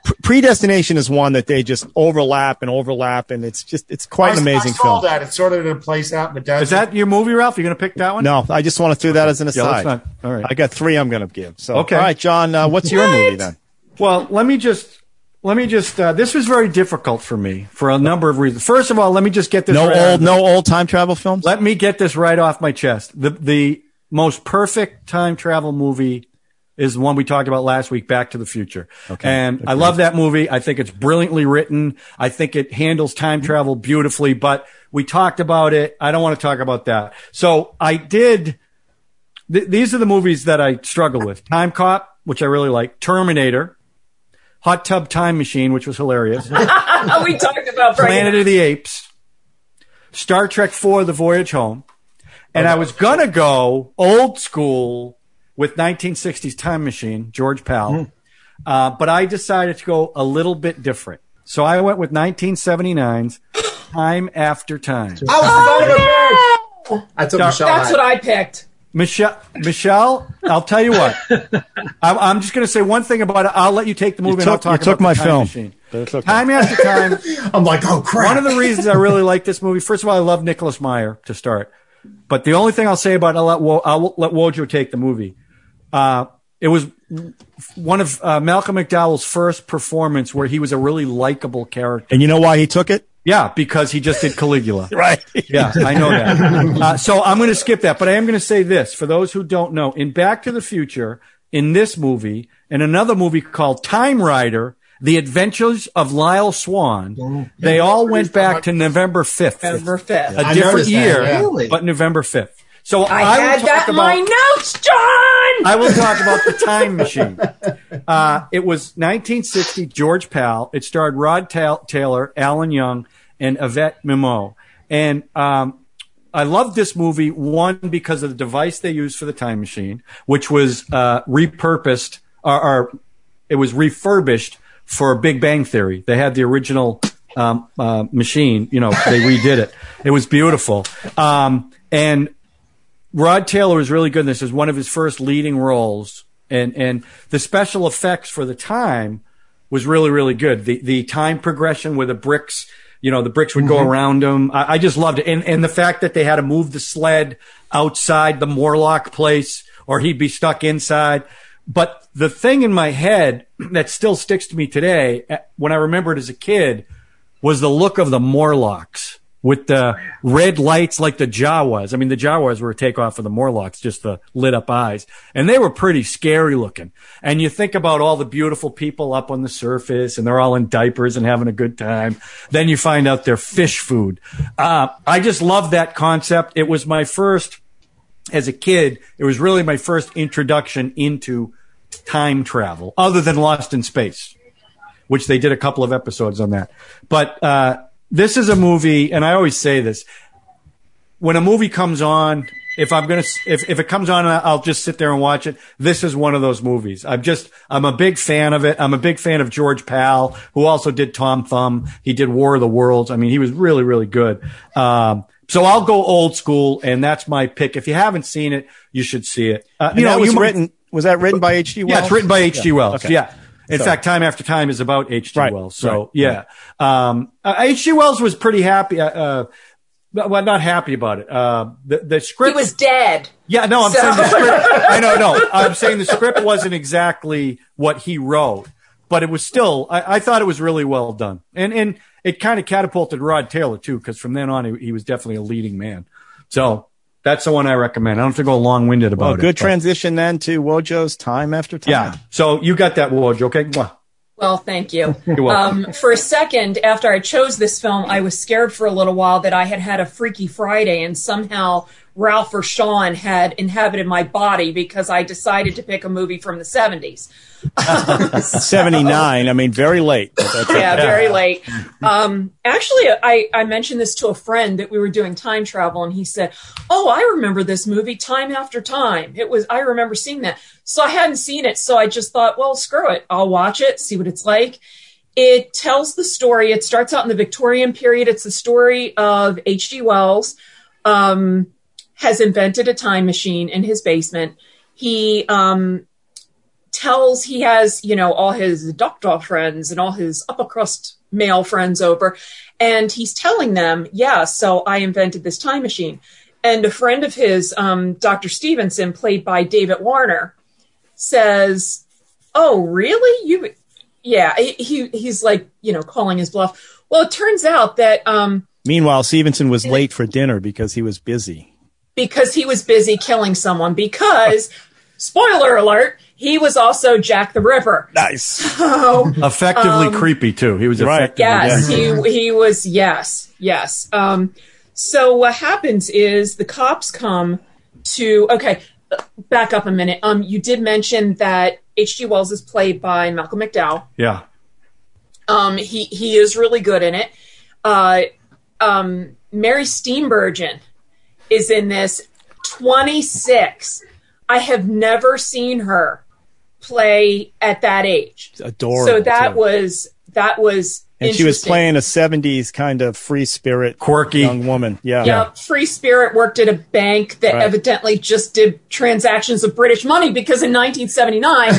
Pre- Predestination is one that they just overlap and overlap, and it's just it's quite I- an amazing I saw film. that. It's sort of a place out in the desert. Is that your movie, Ralph? You're gonna pick that one? No, I just want to throw that as an Yeah, let's aside. not- all right. I got three. I'm going to give. So Okay. all right, John, uh, what's your movie What? then? Well, let me just let me just. Uh, this was very difficult for me for a number of reasons. First of all, let me just get this. No right old, out- no old time travel films. Let me get this right off my chest. The the most perfect time travel movie is the one we talked about last week, Back to the Future. Okay. And I love that movie. I think it's brilliantly written. I think it handles time travel beautifully, but we talked about it. I don't want to talk about that. So I did th- these are the movies that I struggle with. Time Cop, which I really like, Terminator, Hot Tub Time Machine, which was hilarious. <laughs> Oh, we talked about Planet Friday. of the Apes, Star Trek IV, The Voyage Home, and I was gonna go old school with 1960s Time Machine, George Powell, Hmm. uh, but I decided to go a little bit different. So I went with 1979's Time After Time. I was son of a bitch! I took Michelle. That's what I picked. Michelle, Michelle, I'll tell <laughs> you what. I'm, I'm just going to say one thing about it. I'll let you take the movie. and I'll took- talk you took about the my time film. Machine. That's okay. Time after <laughs> time, I'm like, oh crap! one of the reasons I really like this movie, first of all, I love Nicholas Meyer to start. But the only thing I'll say about it, I'll let, Wo- I'll let Wojo take the movie. Uh, it was one of uh, Malcolm McDowell's first performance where he was a really likable character. And you know why he took it? Yeah, because he just did Caligula. Right. <laughs> Yeah, I know that. Uh, so I'm going to skip that, but I am going to say this for those who don't know. In Back to the Future, in this movie, and another movie called Time Rider, The Adventures of Lyle Oh. Swan, they all went back to November 5th, November 5th. a I different noticed that, year, yeah. Really? but November 5th. So I, I, will had talk that in about, my notes, John. I will talk about the time machine. Uh, it was 1960, George Powell. It starred Rod Ta- Taylor, Alan Young, and Yvette Mimo. And um, I love this movie, one, because of the device they used for the time machine, which was uh, repurposed or, or it was refurbished for Big Bang Theory. They had the original um, uh, machine, you know, they redid it. It was beautiful. Um, and Rod Taylor was really good in this. It was one of his first leading roles, and and the special effects for the time was really really good. The the time progression where the bricks, you know, the bricks would go around them. I, I just loved it, and and the fact that they had to move the sled outside the Morlock place, or he'd be stuck inside. But the thing in my head <clears throat> that still sticks to me today, eh, when I remember it as a kid, was the look of the Morlocks with the red lights like the Jawas. I mean, the Jawas were a takeoff of the Morlocks, just the lit up eyes. And they were pretty scary looking. And you think about all the beautiful people up on the surface and they're all in diapers and having a good time. Then you find out they're fish food. Uh, I just love that concept. It was my first as a kid, it was really my first introduction into time travel, other than Lost in Space, which they did a couple of episodes on that. But uh, this is a movie, and I always say this: when a movie comes on, if I'm gonna, if if it comes on, I'll just sit there and watch it. This is one of those movies. I'm just, I'm a big fan of it. I'm a big fan of George Pal, who also did Tom Thumb. He did War of the Worlds. I mean, he was really, really good. Um, so I'll go old school, and that's my pick. If you haven't seen it, you should see it. Uh, You know, that was might- written. Was that written by H.G. Wells? yeah, it's written by H.G. Wells. Okay. Yeah. In So- fact, Time After Time is about H.G. Right, Wells. So, right, yeah. Um, uh, H.G. Wells was pretty happy. Uh, uh, no, well, not happy about it. Uh, the the He script was dead. Yeah, no, I'm So- saying the script. I know, no, I'm saying the script wasn't exactly what he wrote, but it was still. I, I thought it was really well done, and and it kind of catapulted Rod Taylor too, because from then on he, he was definitely a leading man. So that's the one I recommend. I don't have to go long winded about Well, it. Oh, good but- transition then to Wojo's time after time. Yeah. So you got that, Woj? Okay. Mwah. Well, thank you. <laughs> You're welcome. Um, for a second, after I chose this film, I was scared for a little while that I had had a Freaky Friday and somehow Ralph or Sean had inhabited my body because I decided to pick a movie from <laughs> the <laughs> 70s. 79. I mean, very late. but that's it. yeah, very late. Um, actually, I, I mentioned this to a friend that we were doing time travel, and he said, "Oh, I remember this movie time after time. It was I remember seeing that. So I hadn't seen it, so I just thought, well, screw it, I'll watch it, see what it's like." It tells the story. It starts out in the Victorian period. It's the story of H.G. Wells. Um, has invented a time machine in his basement. He um, tells he has you know all his doctor friends and all his upper crust male friends over and he's telling them yeah so i invented this time machine and a friend of his um, dr stevenson played by david warner says oh really you yeah he he's like you know calling his bluff well it turns out that um Meanwhile, Stevenson was late for dinner because he was busy. because he was busy killing someone because <laughs> spoiler alert he was also jack the ripper Nice. so Effectively creepy too. He was Right. effectively Yes, creepy. he he was. Yes, yes. Um, so what happens is the cops come to. Okay, back up a minute. Um, you did mention that H.G. Wells is played by Malcolm McDowell. Yeah. Um, he he is really good in it. Uh, um, Mary Steenburgen is in this. Twenty six. I have never seen her play at that age. Adorable. so that too. was that was. And she was interesting. playing a 70s kind of free spirit, Quirky. young woman. Yeah. Yeah, Free Spirit worked at a bank that Right. evidently just did transactions of British money because <laughs> in 1979,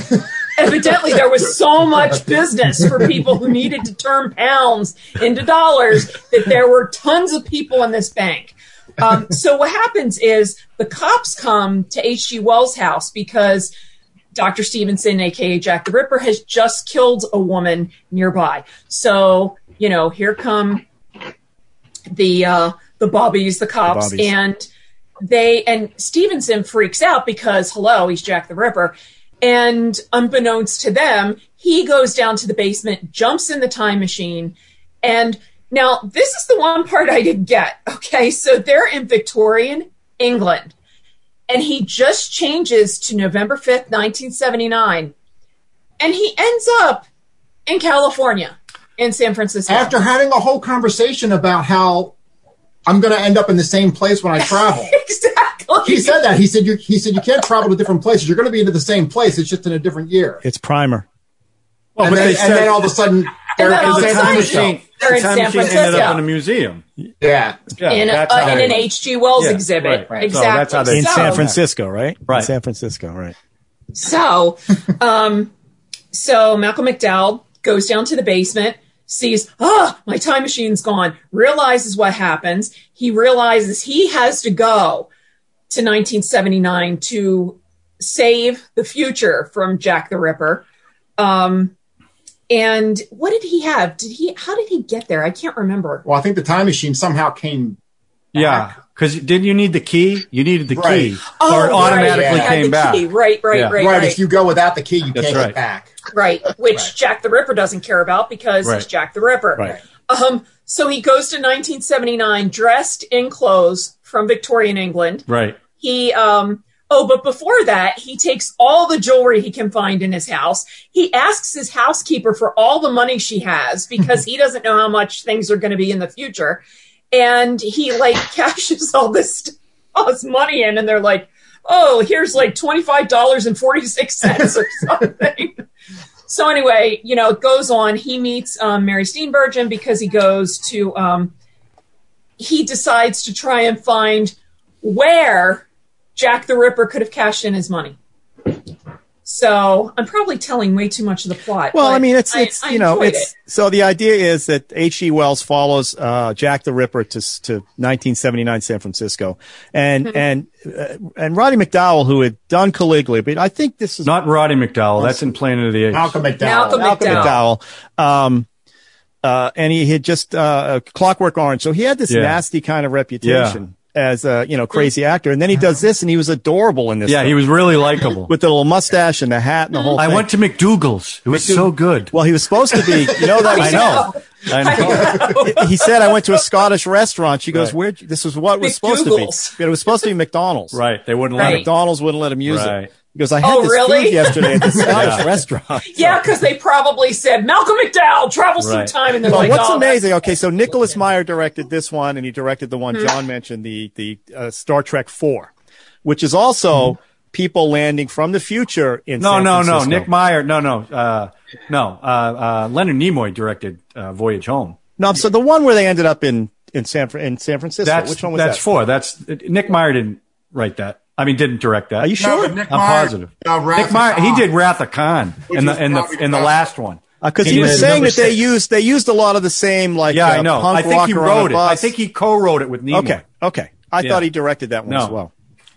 evidently there was so much business for people who needed to turn pounds into dollars that there were tons of people in this bank. Um, so what happens is the cops come to H.G. Wells' house because Dr. Stevenson, aka Jack the Ripper, has just killed a woman nearby. So, you know, here come the uh the bobbies, the cops, The bobbies. and they and Stevenson freaks out because hello, he's Jack the Ripper. And unbeknownst to them, he goes down to the basement, jumps in the time machine, and now this is the one part I didn't get. Okay, so they're in Victorian England and he just changes to November 5th, 1979. And he ends up in California, in San Francisco. After having a whole conversation about how I'm going to end up in the same place when I <laughs> travel. exactly. He said that. He said you. He said you can't travel to different places. You're going to be into the same place. It's just in a different year. It's Primer. Well, and, Oh, but then, they and said then all of a sudden, they're then in all of a the San sudden- time Francisco. machine, They're the in time San machine ended up Francisco. in a museum. Yeah, Yeah, in, a, that's how uh, in they- an H.G. Wells Yeah, exhibit. right, right. So Exactly. that's how they- In So- San Francisco, right? Right. In San Francisco, right. So, um, so Malcolm McDowell goes down to the basement, sees, ah, my time machine's gone, realizes what happens. He realizes he has to go to 1979 to save the future from Jack the Ripper. Um, and what did he have? Did he, how did he get there? I can't remember. Well, I think the time machine somehow came. Yeah, because didn't you need the key? You needed the Right. key, Oh, or it right, automatically he had came the back. key. Right, right, Yeah. right, Right. right. If you go without the key, you That's can't right. get back. right. Which Right. Jack the Ripper doesn't care about because he's Right. Jack the Ripper. Right. Um, so he goes to 1979 dressed in clothes from Victorian England. Right. He, um, oh, but before that, he takes all the jewelry he can find in his house. He asks his housekeeper for all the money she has because he doesn't know how much things are going to be in the future. And he like <laughs> cashes all this st- all this money in, and they're like, "Oh, here's like twenty five dollars and forty six cents or <laughs> something." so anyway, you know, it goes on. He meets um, Mary Steenburgen because he goes to. Um, he decides to try and find where Jack the Ripper could have cashed in his money. So I'm probably telling way too much of the plot. Well, but I mean, it's it's you know, enjoyed it's so the idea is that H.G. Wells follows uh, Jack the Ripper to s- to 1979 San Francisco, and Mm-hmm. and uh, and Roddy McDowell, who had done Caligula, but I think this is Not Roddy McDowell. That's in Planet of the Apes. Malcolm McDowell. Malcolm Malcolm McDowell. McDowell. Um, uh, and he had just uh, Clockwork Orange, so he had this Yeah. Hmm. nasty kind of reputation as a you know crazy actor, and then he does this, and he was adorable in this. Yeah, film. he was really likable. with the little mustache and the hat and the whole. I thing. went to McDougal's. It was so good. Well, he was supposed to be. You know that <laughs> I know. I know. He- he said, "I went to a Scottish restaurant." She goes, "Where? This was what it was supposed to be. McDougal's. It was supposed to be McDonald's. right. They wouldn't Right. let him. McDonald's wouldn't let him use Right. it." He goes, "I had Oh, this really? food yesterday <laughs> at the Scottish Yeah. restaurant." Yeah, because they probably said Malcolm McDowell travels Right. through time, and they're Well, like, what's oh, that's- amazing? Okay, so Nicholas Meyer directed this one, and he directed the Hmm. one John mentioned, the the uh, Star Trek Four, which is also people landing from the future in Hmm. No, San no, no. Francisco. Nick Meyer. No, no. Uh, no. Uh, uh, Leonard Nimoy directed uh, Voyage Home. No, so the one where they ended up in in San Fran- in San Francisco. That's Which one was that's that? four. That's Nick Meyer didn't write that. I mean, didn't direct that. Are you No, sure? but Nick I'm Meyer, positive. uh, Wrath Nick of Meyer. He Khan. did Wrath of Khan Which in the is in the probably in the the last one. Because He Uh, he was did saying number that they six. used they used a lot of the same like Yeah, uh, I know. Punk I think he rocker on a wrote it. I bus. think he co-wrote it with Nimoy. okay okay. I Yeah. thought he directed that one No. as well.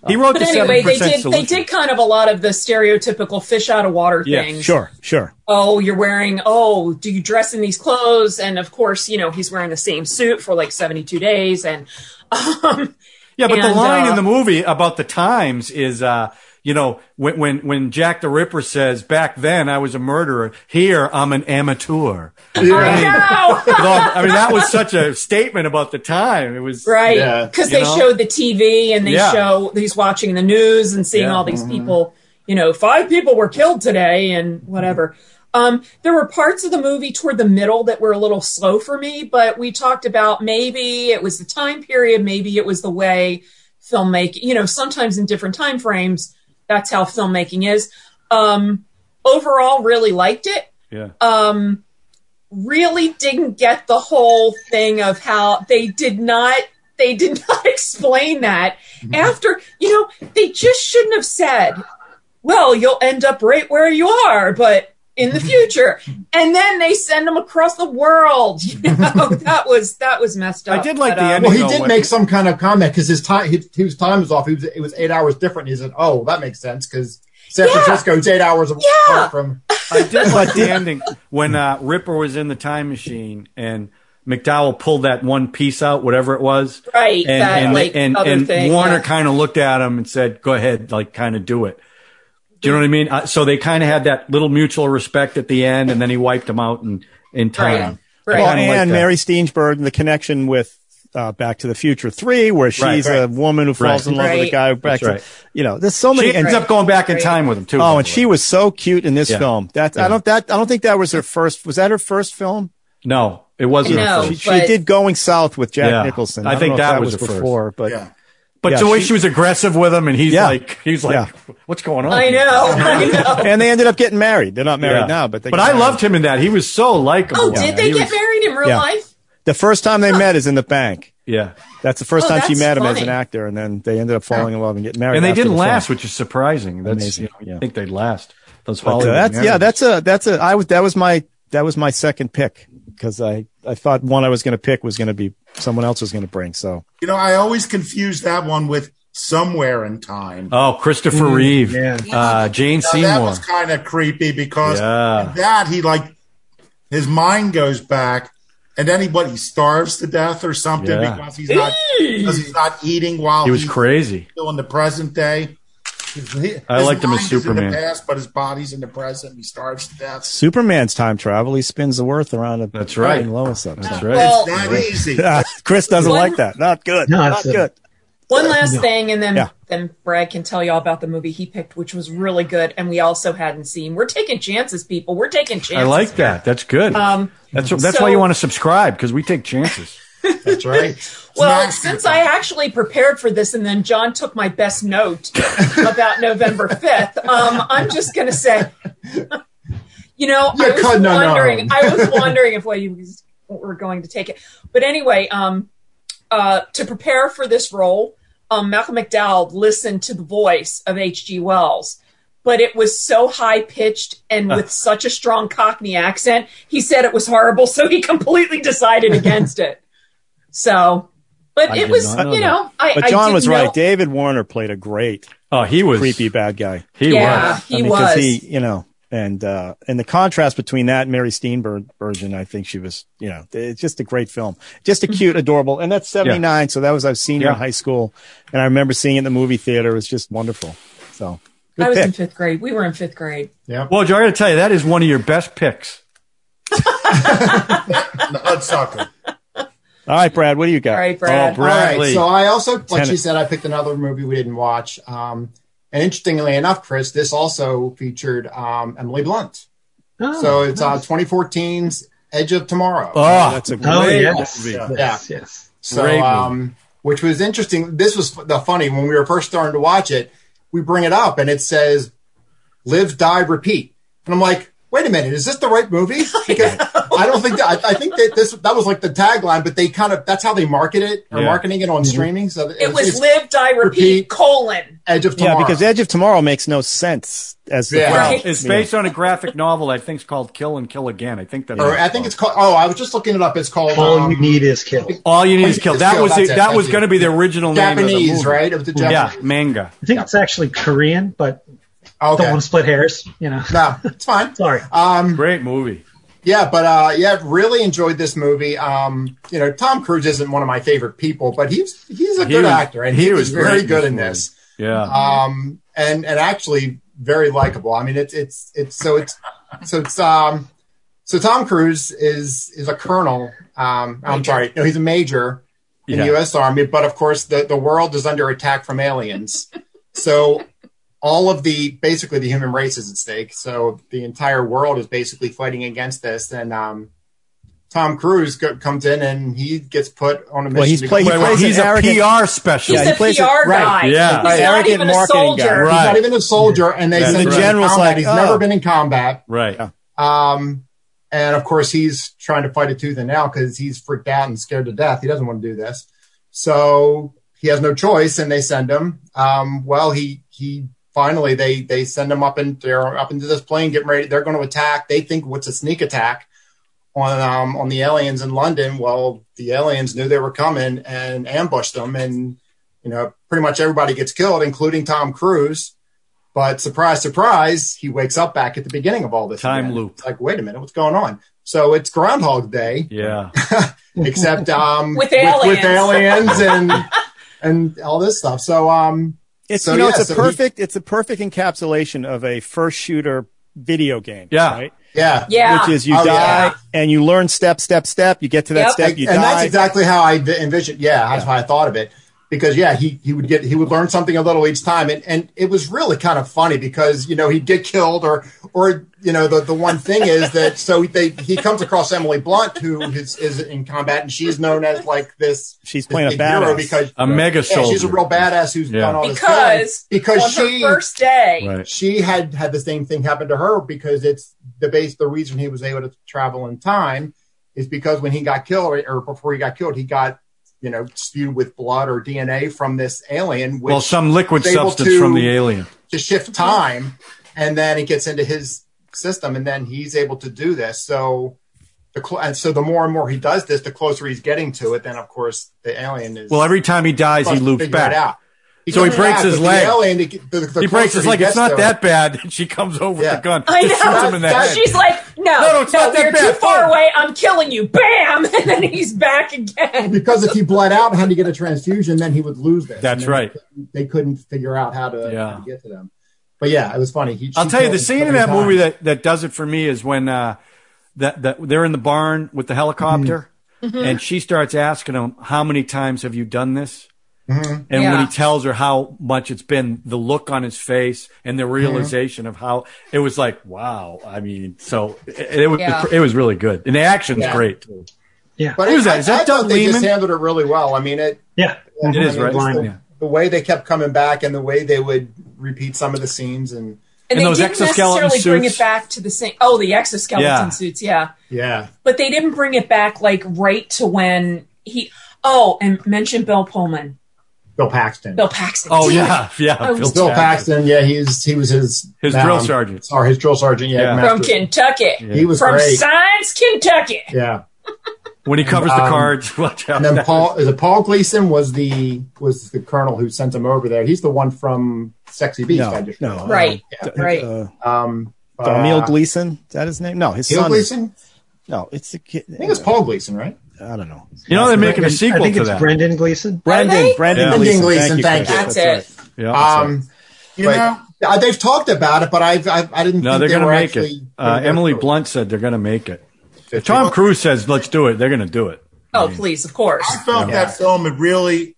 He wrote But the anyway, they 7% did they solution. did kind of a lot of the stereotypical fish out of water Yeah, things. Sure sure. Oh, you're wearing. Oh, do you dress in these clothes? And of course, you know he's wearing the same suit for like 72 <laughs> days, and um, Yeah, but the And, line uh, in the movie about the times is, uh, you know, when, when when Jack the Ripper says, "Back then I was a murderer. Here I'm an amateur." oh no. With all- I mean, that was such a statement about the time. It was Right, Yeah. because You they know? showed the TV and they Yeah. show he's watching the news and seeing Yeah. Mm-hmm. all these people. You know, five people were killed today and whatever. Um, there were parts of the movie toward the middle that were a little slow for me, but we talked about maybe it was the time period, maybe it was the way filmmaking. You know, sometimes in different time frames, that's how filmmaking is. Um, overall, really liked it Yeah. um, really didn't get the whole thing of how they did not they did <laughs> not explain that Mm-hmm. after you know they just shouldn't have said well you'll end up right where you are but in <laughs> the future and then they send them across the world <laughs> you <laughs> know that was that was messed up I did like But, the uh, ending. Well, he though, did when- make some kind of comment because his time his, his time was off. He was, it was eight hours different. He said, "Oh, that makes sense because San Yeah. Francisco is eight hours apart Yeah. from." I <laughs> did like the ending when uh, Ripper was in the time machine and McDowell pulled that one piece out, whatever it was. Right, And that, and, like, and, other and thing, Warner yeah. kind of looked at him and said, "Go ahead, like kind of do it." Do you know what I mean? Uh, so they kind of had that little mutual respect at the end, and then he wiped him out in in time. Right, I right. Well, kinda like and that. Mary Steenburgen, the connection with uh, Back to the Future Three, where she's Right, a woman who falls Right. in love with a Right. guy. Back That's to, right. you know, there's so many. She ends and- up going back in Right. time with him too. by oh, the and way. she was so cute in this Yeah. film. That I don't that I don't think that was her first. Was that her first film? no, it wasn't. her No. first. She, she but- did Going South with Jack Yeah. Nicholson. I don't think know if that that was was, the first. before, but Yeah. But Yeah, the way she- she, was aggressive with him, and he's Yeah. like, he's like, what's going on? i know <laughs> i know <laughs> and they ended up getting married. They're not married Yeah. now, but they but got I married. loved him in that. He was so likable. oh did they He get was- married in real Yeah. life the first time they met is in the bank. Yeah. That's the first Oh, time she that's met him as funny. an actor, and then they ended up falling in love and getting married. And they after didn't the film. last, which is surprising. That's Amazing, You know, yeah. I think they'd last. Those But, uh, Hollywood that's yeah, marriages. that's a that's a I was that was my that was my second pick because I I thought one I was going to pick was going to be someone else was going to bring. So You know, I always confuse that one with Somewhere in Time. Oh, Christopher Mm, Reeve, yeah. uh, Jane Now, that Seymour. was kind of creepy because Yeah. in that he like his mind goes back, and then he what he starves to death or something Yeah. because he's not because he's not eating while He was he's crazy. still in the present day. He- I his liked him as mind is in the Superman. past, but his body's in the present. He starves to death. Superman's time travel, he spins the Earth around a That's right. and Lois up. That's So. right. Well- That easy. <laughs> Ah, <laughs> Chris doesn't One- like that. Not good. No, not it's a- good. One last thing, and then Yeah. then Brad can tell you all about the movie he picked, which was really good, and we also hadn't seen. We're taking chances, people. We're taking chances. I like that. That's good. Um, that's that's so- why you want to subscribe because we take chances. That's right. well, Smash since it. I actually prepared for this, and then John took my best note <laughs> about November fifth. Um, I'm just gonna say, <laughs> you know, You I was couldn't have wondering. known. I was wondering if what you were going to take it, but anyway, um, uh, to prepare for this role, um, Malcolm McDowell listened to the voice of H.G. Wells. but it was so high pitched and with such a strong Cockney accent, he said it was horrible, <laughs> so he completely decided against it. So, but I it did was, not know you that. know, I. But I John did was know- right. David Warner played a great Oh, he was creepy bad guy. He Yeah. was. He I mean, 'cause was. He, you know, and uh, and the contrast between that and Mary Steenburgen version, I think she was, you know, it's just a great film, just a cute, adorable, and that's seventy nine, so that was I was senior in Yeah. high school, and I remember seeing it in the movie theater. It was just wonderful. So good I was pick. in fifth grade. We were in fifth grade. Well, Joe, I got to tell you, that is one of your best picks. <laughs> Hudsucker. All right, Brad, what do you got? All right, Brad. Oh, Brad All right, Lee. so I also, like she Tenet. said, I picked another movie we didn't watch. Um, and interestingly enough, Chris, this also featured um, Emily Blunt. Oh, so it's uh, nice. 2014's Edge of Tomorrow. Oh, That's a great Oh Great yes, movie. yes, yes. so great um, which was interesting. This was the funny when we were first starting to watch it. We bring it up and it says, "Live, die, repeat," and I'm like, "Wait a minute, is this the right movie?" Because I don't think that, I, I think that this that was like the tagline, but they kind of that's how they market it or Yeah. marketing it on streaming. So It was it's live, die, repeat, Repeat. colon. Edge of yeah, Tomorrow. because Edge of Tomorrow makes no sense as the Yeah. film. Right. It's based on a graphic novel I think's called Kill and Kill Again. I think that. or I think it's called. Oh, I was just looking it up. It's called All um, you need is kill. I All you need is kill. That Kill, was the, that's it, that thank was you. going to be the original name of the Japanese, movie. right? It was the Yeah, Japanese. manga. think it's actually Korean, but don't Okay. want to split hairs. You know, No, it's fine. sorry. Great movie. Yeah, but uh, yeah, really enjoyed this movie. Um, you know, Tom Cruise isn't one of my favorite people, but he's he's a He good was- actor, and he he, was was very great in good this in movie. this. Yeah. Um, and and actually very likable. I mean, it's it's it's so it's so it's um so Tom Cruise is is a colonel. Um, I'm sorry, no, he's a major in Yeah. the U.S. Army, but of course the the world is under attack <laughs> from aliens, so. All of the basically the human race is at stake, so the entire world is basically fighting against this. And um, Tom Cruise go, comes in and he gets put on a mission. Well, he's to play- go- he Wait, wait, plays he's an a arrogant- PR special. He's he a PR plays it- guy. right, yeah. He's Right. not Arrogant even a marketing guy, soldier. right. He's not even a soldier, and they Yeah, send the him in general's combat. like, he's oh. never been in combat. Right. Um, and of course, he's trying to fight a tooth and nail because he's freaked out and scared to death. He doesn't want to do this, so he has no choice, and they send him. Um, well, he he finally they they send him up in they're up into this plane, getting ready. They're going to attack. They think what's a sneak attack on um, on the aliens in London. Well, the aliens knew they were coming and ambushed them, and you know pretty much everybody gets killed, including Tom Cruise. But surprise, surprise, he wakes up back at the beginning of all this Time again. loop. It's like, wait a minute, what's going on? So it's Groundhog Day, Yeah. <laughs> except um, With with, aliens aliens. and <laughs> and all this stuff. So um, It's So, you know yeah, it's so a he- perfect it's a perfect encapsulation of a first shooter video game. Yeah. right? yeah, Yeah. which is you Oh, die yeah. and you learn step step step. You get to that Yep. step, you and die. that's exactly how I vi- envisioned. Yeah, that's why I thought of it because yeah, he he would get he would learn something a little each time, and and it was really kind of funny because you know he'd get killed or or you know the the one thing is that so they he comes across Emily Blunt who is is in combat and she's known as like this She's this playing a big hero badass. because A mega yeah, soldier. she's a real badass who's Yeah. done all this Because, killing, because on she her first day, Right. she had had the same thing happen to her because it's the base the reason he was able to travel in time is because when he got killed or before he got killed he got you know spewed with blood or dna from this alien which Well, some liquid was able substance to- from the alien. to shift time and then it gets into his system and then he's able to do this so the cl- and so the more and more he does this the closer he's getting to it then of course the alien is Well, every time he dies, he trying to loops figure it back. out. He So he comes breaks back, his but the leg. alien, the- the- the He breaks closer his leg. gets It's not to it- that bad. <laughs> And she comes over Yeah. with the gun. I Just shoots know. him in the head. She's like, no, No, no, it's not that you're bad. too far Boom. away. I'm killing you. Bam. <laughs> And then he's back again. because if he bled out and had to get a transfusion, then he would lose this. And That's then right. They couldn't figure out how to, Yeah. how to get to them. But yeah, it was funny. He, I'll she tell you killed the him scene so in many that movie times. that, that does it for me is when uh, that that they're in the barn with the Mm-hmm. helicopter, Mm-hmm. and she starts asking him how many times have you done this, Mm-hmm. and when Yeah. he tells her how much it's been, the look on his face and the Mm-hmm. realization of how it was like, wow. I mean, so it, it was Yeah. it was really good, and the action's Yeah. <laughs> great. Yeah, But Who's it- that? I- Is that I thought Doug they just Liman? handled it really well. I mean, it, yeah, I mean, is, right? just Blind, The, yeah. the way they kept coming back and the way they would repeat some of the scenes and And And, they those didn't exoskeleton necessarily bring suits. it back to the same. Oh, the exoskeleton Yeah. suits. Yeah. yeah, But they didn't bring it back like right to when he. Oh, and mention Bill Pullman. Bill Paxton. Bill Paxton. Oh Damn yeah, yeah. I was- Bill Paxton, yeah, he's he was his His um, drill sergeant. Sorry, his drill sergeant. Yeah, Yeah. it. master. From Kentucky. he was From great. Science, Kentucky. yeah, When he covers the um, cards, <laughs> watch out. and then Paul is it Paul Gleason was the was the colonel who sent him over there. He's the one from Sexy Beast. No, I just no. realized. Right. Yeah. Right. Uh, Um, but, uh, Emil Gleason, is that his name? No, his Neil son. Gleason. No, it's the kid. I think it's Paul Gleason, right? I don't know. You know they're making a I sequel think to it's that. Brendan Gleason. Brandon. they? Brandon Yeah. Gleason. Gleason, Thank you. thank Chris. you. That's, it. Yeah, that's right. Um, You but, know, uh, they've talked about it, but I've, I've I didn't. no, think they're they going to were make actually it. Uh, gonna go Emily through it. Blunt said they're going to make it. If Tom they- Cruise says, "Let's do it." They're going to do it. Oh, please, of course. I felt Yeah. that film had really.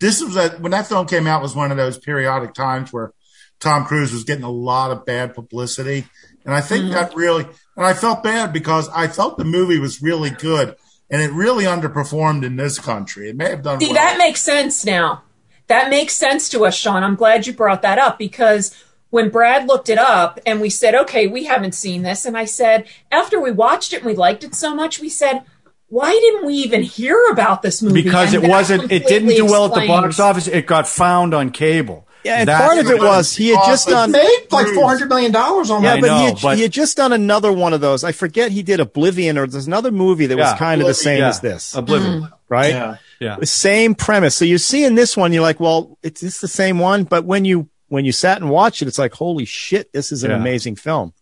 This was a, when that film came out was one of those periodic times where Tom Cruise was getting a lot of bad publicity, and I think Mm-hmm. that really and I felt bad because I felt the movie was really good and it really underperformed in this country. It may have done See, well. that makes sense now. That makes sense to us, Sean. I'm glad you brought that up because when Brad looked it up and we said, okay, we haven't seen this. And I said, after we watched it and we liked it so much, we said, why didn't we even hear about this movie? because And it that wasn't it didn't do well at the completely box explains- office it got found on cable Yeah, and That's part of it what- was he had just He done. made like four hundred million dollars on Yeah, I that. but, he, know, had, but- he had just done another one of those. I forget he did Oblivion or there's another movie that was Yeah. kind of the same yeah, Uh, as this, oblivion right? Yeah. yeah The Same premise. So you see in this one, you're like, well, it's, it's the same one. But when you when you sat and watched it, it's like, holy shit, this is an Yeah. amazing film.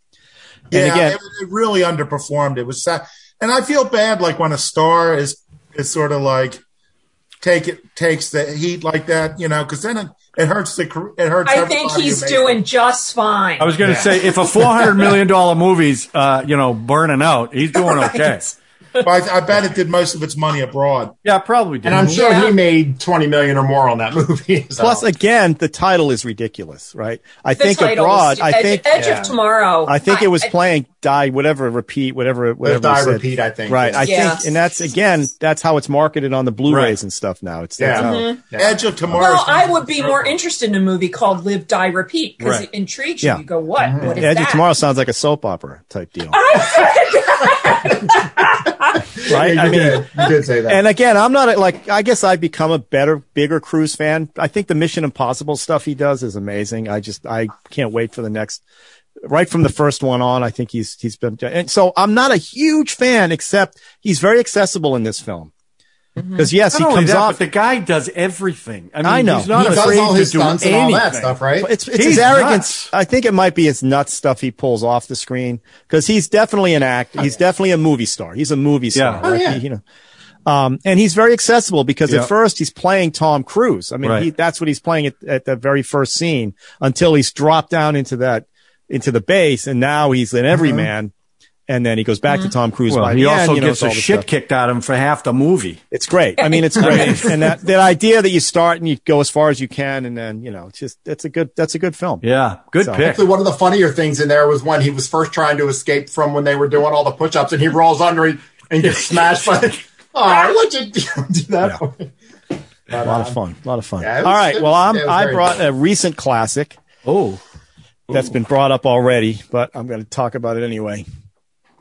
And yeah, again, it, it really underperformed. It was sad, and I feel bad like when a star is is sort of like take it takes the heat like that, you know, because then it, it hurts the car- it hurts. I think everybody he's who made doing it. just fine. i was going to say if a 400 million dollar movie's uh you know burning out he's doing okay But I, I bet it did most of its money abroad. yeah probably did and I'm sure Yeah. he made twenty million or more on that <laughs> movie. so- plus again, the title is ridiculous, right? I The think title abroad. was- I Ed- think Edge yeah. of Tomorrow. I think it was I- playing die whatever repeat whatever whatever it die said. repeat, I think, right yeah. I Yeah. think and that's again that's how it's marketed on the Blu-rays Right. and stuff now it's yeah. that's how- Mm-hmm. yeah. Edge of Tomorrow. Well, I would be more interested in a movie called Live, Die, Repeat because Right. it intrigues you. Yeah. Mm-hmm. You go, what? What is Edge that? of Tomorrow sounds like a soap opera type deal right Yeah, I you, mean did. you did say that. and again I'm not a, like I guess I've become a better bigger Cruise fan I think the Mission Impossible stuff he does is amazing I just I can't wait for the next right from the first one on I think he's he's been and so I'm not a huge fan except he's very accessible in this film because yes Not he only comes that, off but the guy does everything. I mean, I know. he's not he afraid does all his to do stunts and anything. all that stuff, right? It's, it's He's his nuts. arrogance. I think it might be his nuts stuff he pulls off the screen because he's definitely an actor. He's definitely a movie star. He's a movie star. Yeah. Oh, right? yeah. He- you know. Um, and he's very accessible because Yeah. at first he's playing Tom Cruise. I mean, Right. he, that's what he's playing at, at the very first scene until he's dropped down into that, into the base. And now he's an everyman. And then he goes back to Tom Cruise. Uh-huh. Well, by he the also end, you know, gets it's all the this shit stuff. kicked out of him for half the movie. It's great. I mean, <laughs> it's great. and that, that idea that you start and you go as far as you can. And then, you know, it's just, that's a good, that's a good film. Yeah, good So- <laughs> pick. Actually, one of the funnier things in there was when he was first trying to escape from when they were doing all the push-ups, and he rolls under and, and <laughs> gets smashed by. the- Oh, I let you do <laughs> that. for me. A lot of fun. A lot of fun. Um, yeah, it was- All right. it well, I'm, was- it was I very brought good. a recent classic Oh, that's been brought up already, but I'm going to talk about it anyway.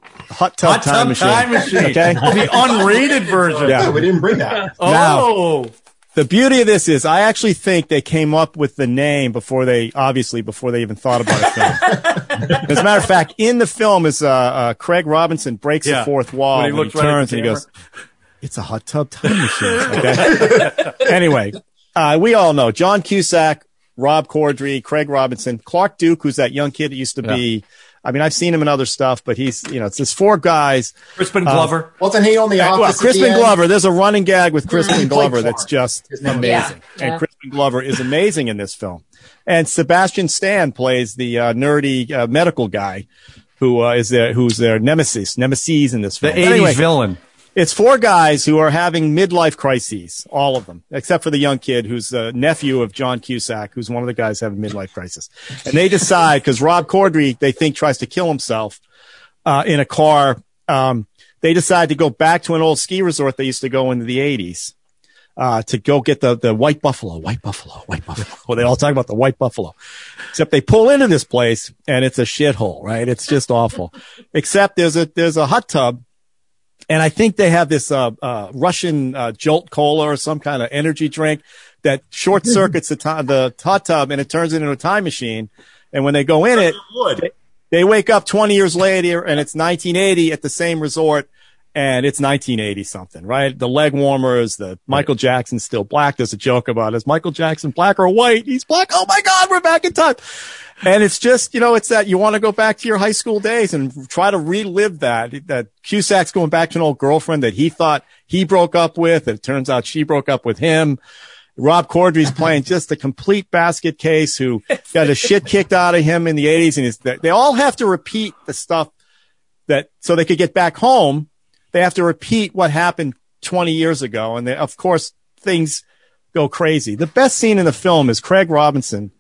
Hot Tub, Hot time, Tub Machine. Time Machine. Okay. the unrated version. Yeah, Yeah. we didn't bring that. Oh, The beauty of this is I actually think they came up with the name before they, obviously, before they even thought about a film. <laughs> As a matter of fact, in the film is uh, uh, Craig Robinson breaks Yeah. the fourth wall When he when looks right at turns the and he goes, it's a hot tub time machine. Okay. <laughs> anyway, uh, we all know John Cusack, Rob Corddry, Craig Robinson, Clark Duke, who's that young kid that used to be. I mean, I've seen him in other stuff, but he's, you know, it's just four guys. Crispin Glover. <laughs> Wasn't he on the office? Well, at the Crispin end? Glover, there's a running gag with He Crispin played Glover Clark. that's just His name was- amazing. Yeah, yeah. And Crispin Glover is amazing in this film. And Sebastian Stan plays the uh, nerdy uh, medical guy who uh, is their, who's their nemesis, nemesis in this The film. 80s But anyway, villain. it's four guys who are having midlife crises, all of them, except for the young kid who's a nephew of John Cusack, who's one of the guys having midlife crisis. And they decide because Rob Corddry, they think, tries to kill himself uh, in a car. Um, they decide to go back to an old ski resort they used to go into the '80s uh, to go get the the white buffalo, white buffalo, white buffalo. <laughs> Well, they all talk about the white buffalo, except they pull into this place and it's a shithole, right? It's just awful. except there's a there's a hot tub And I think they have this uh, uh, Russian uh, Jolt Cola or some kind of energy drink that short circuits the, to- the hot tub and it turns it into a time machine. And when they go in it, Wood. they wake up 20 years later and it's 1980 at the same resort and it's 1980 something, right? The leg warmers, the Michael Jackson's still black. There's a joke about it. is Michael Jackson black or white? He's black. Oh my God, we're back in time. And it's just, you know, it's that you want to go back to your high school days and try to relive that, that Cusack's going back to an old girlfriend that he thought he broke up with. And it turns out she broke up with him. Rob Corddry's playing just a complete basket case who got his shit kicked out of him in the 80s. And it's, they all have to repeat the stuff that so they could get back home. They have to repeat what happened 20 years ago. And they, of course, things go crazy. The best scene in the film is Craig Robinson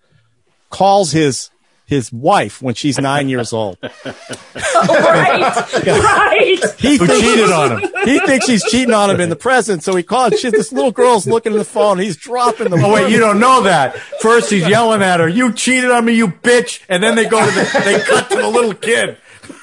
calls his his wife when she's nine years old. <laughs> right, right. He <laughs> Who thinks- cheated on him? He thinks she's cheating on him in the present, so he calls. She, this little girl's looking at the phone. He's dropping the. Oh wait, phone. you don't know that. First he's yelling at her, "You cheated on me, you bitch!" And then they go to the, they cut to the little kid.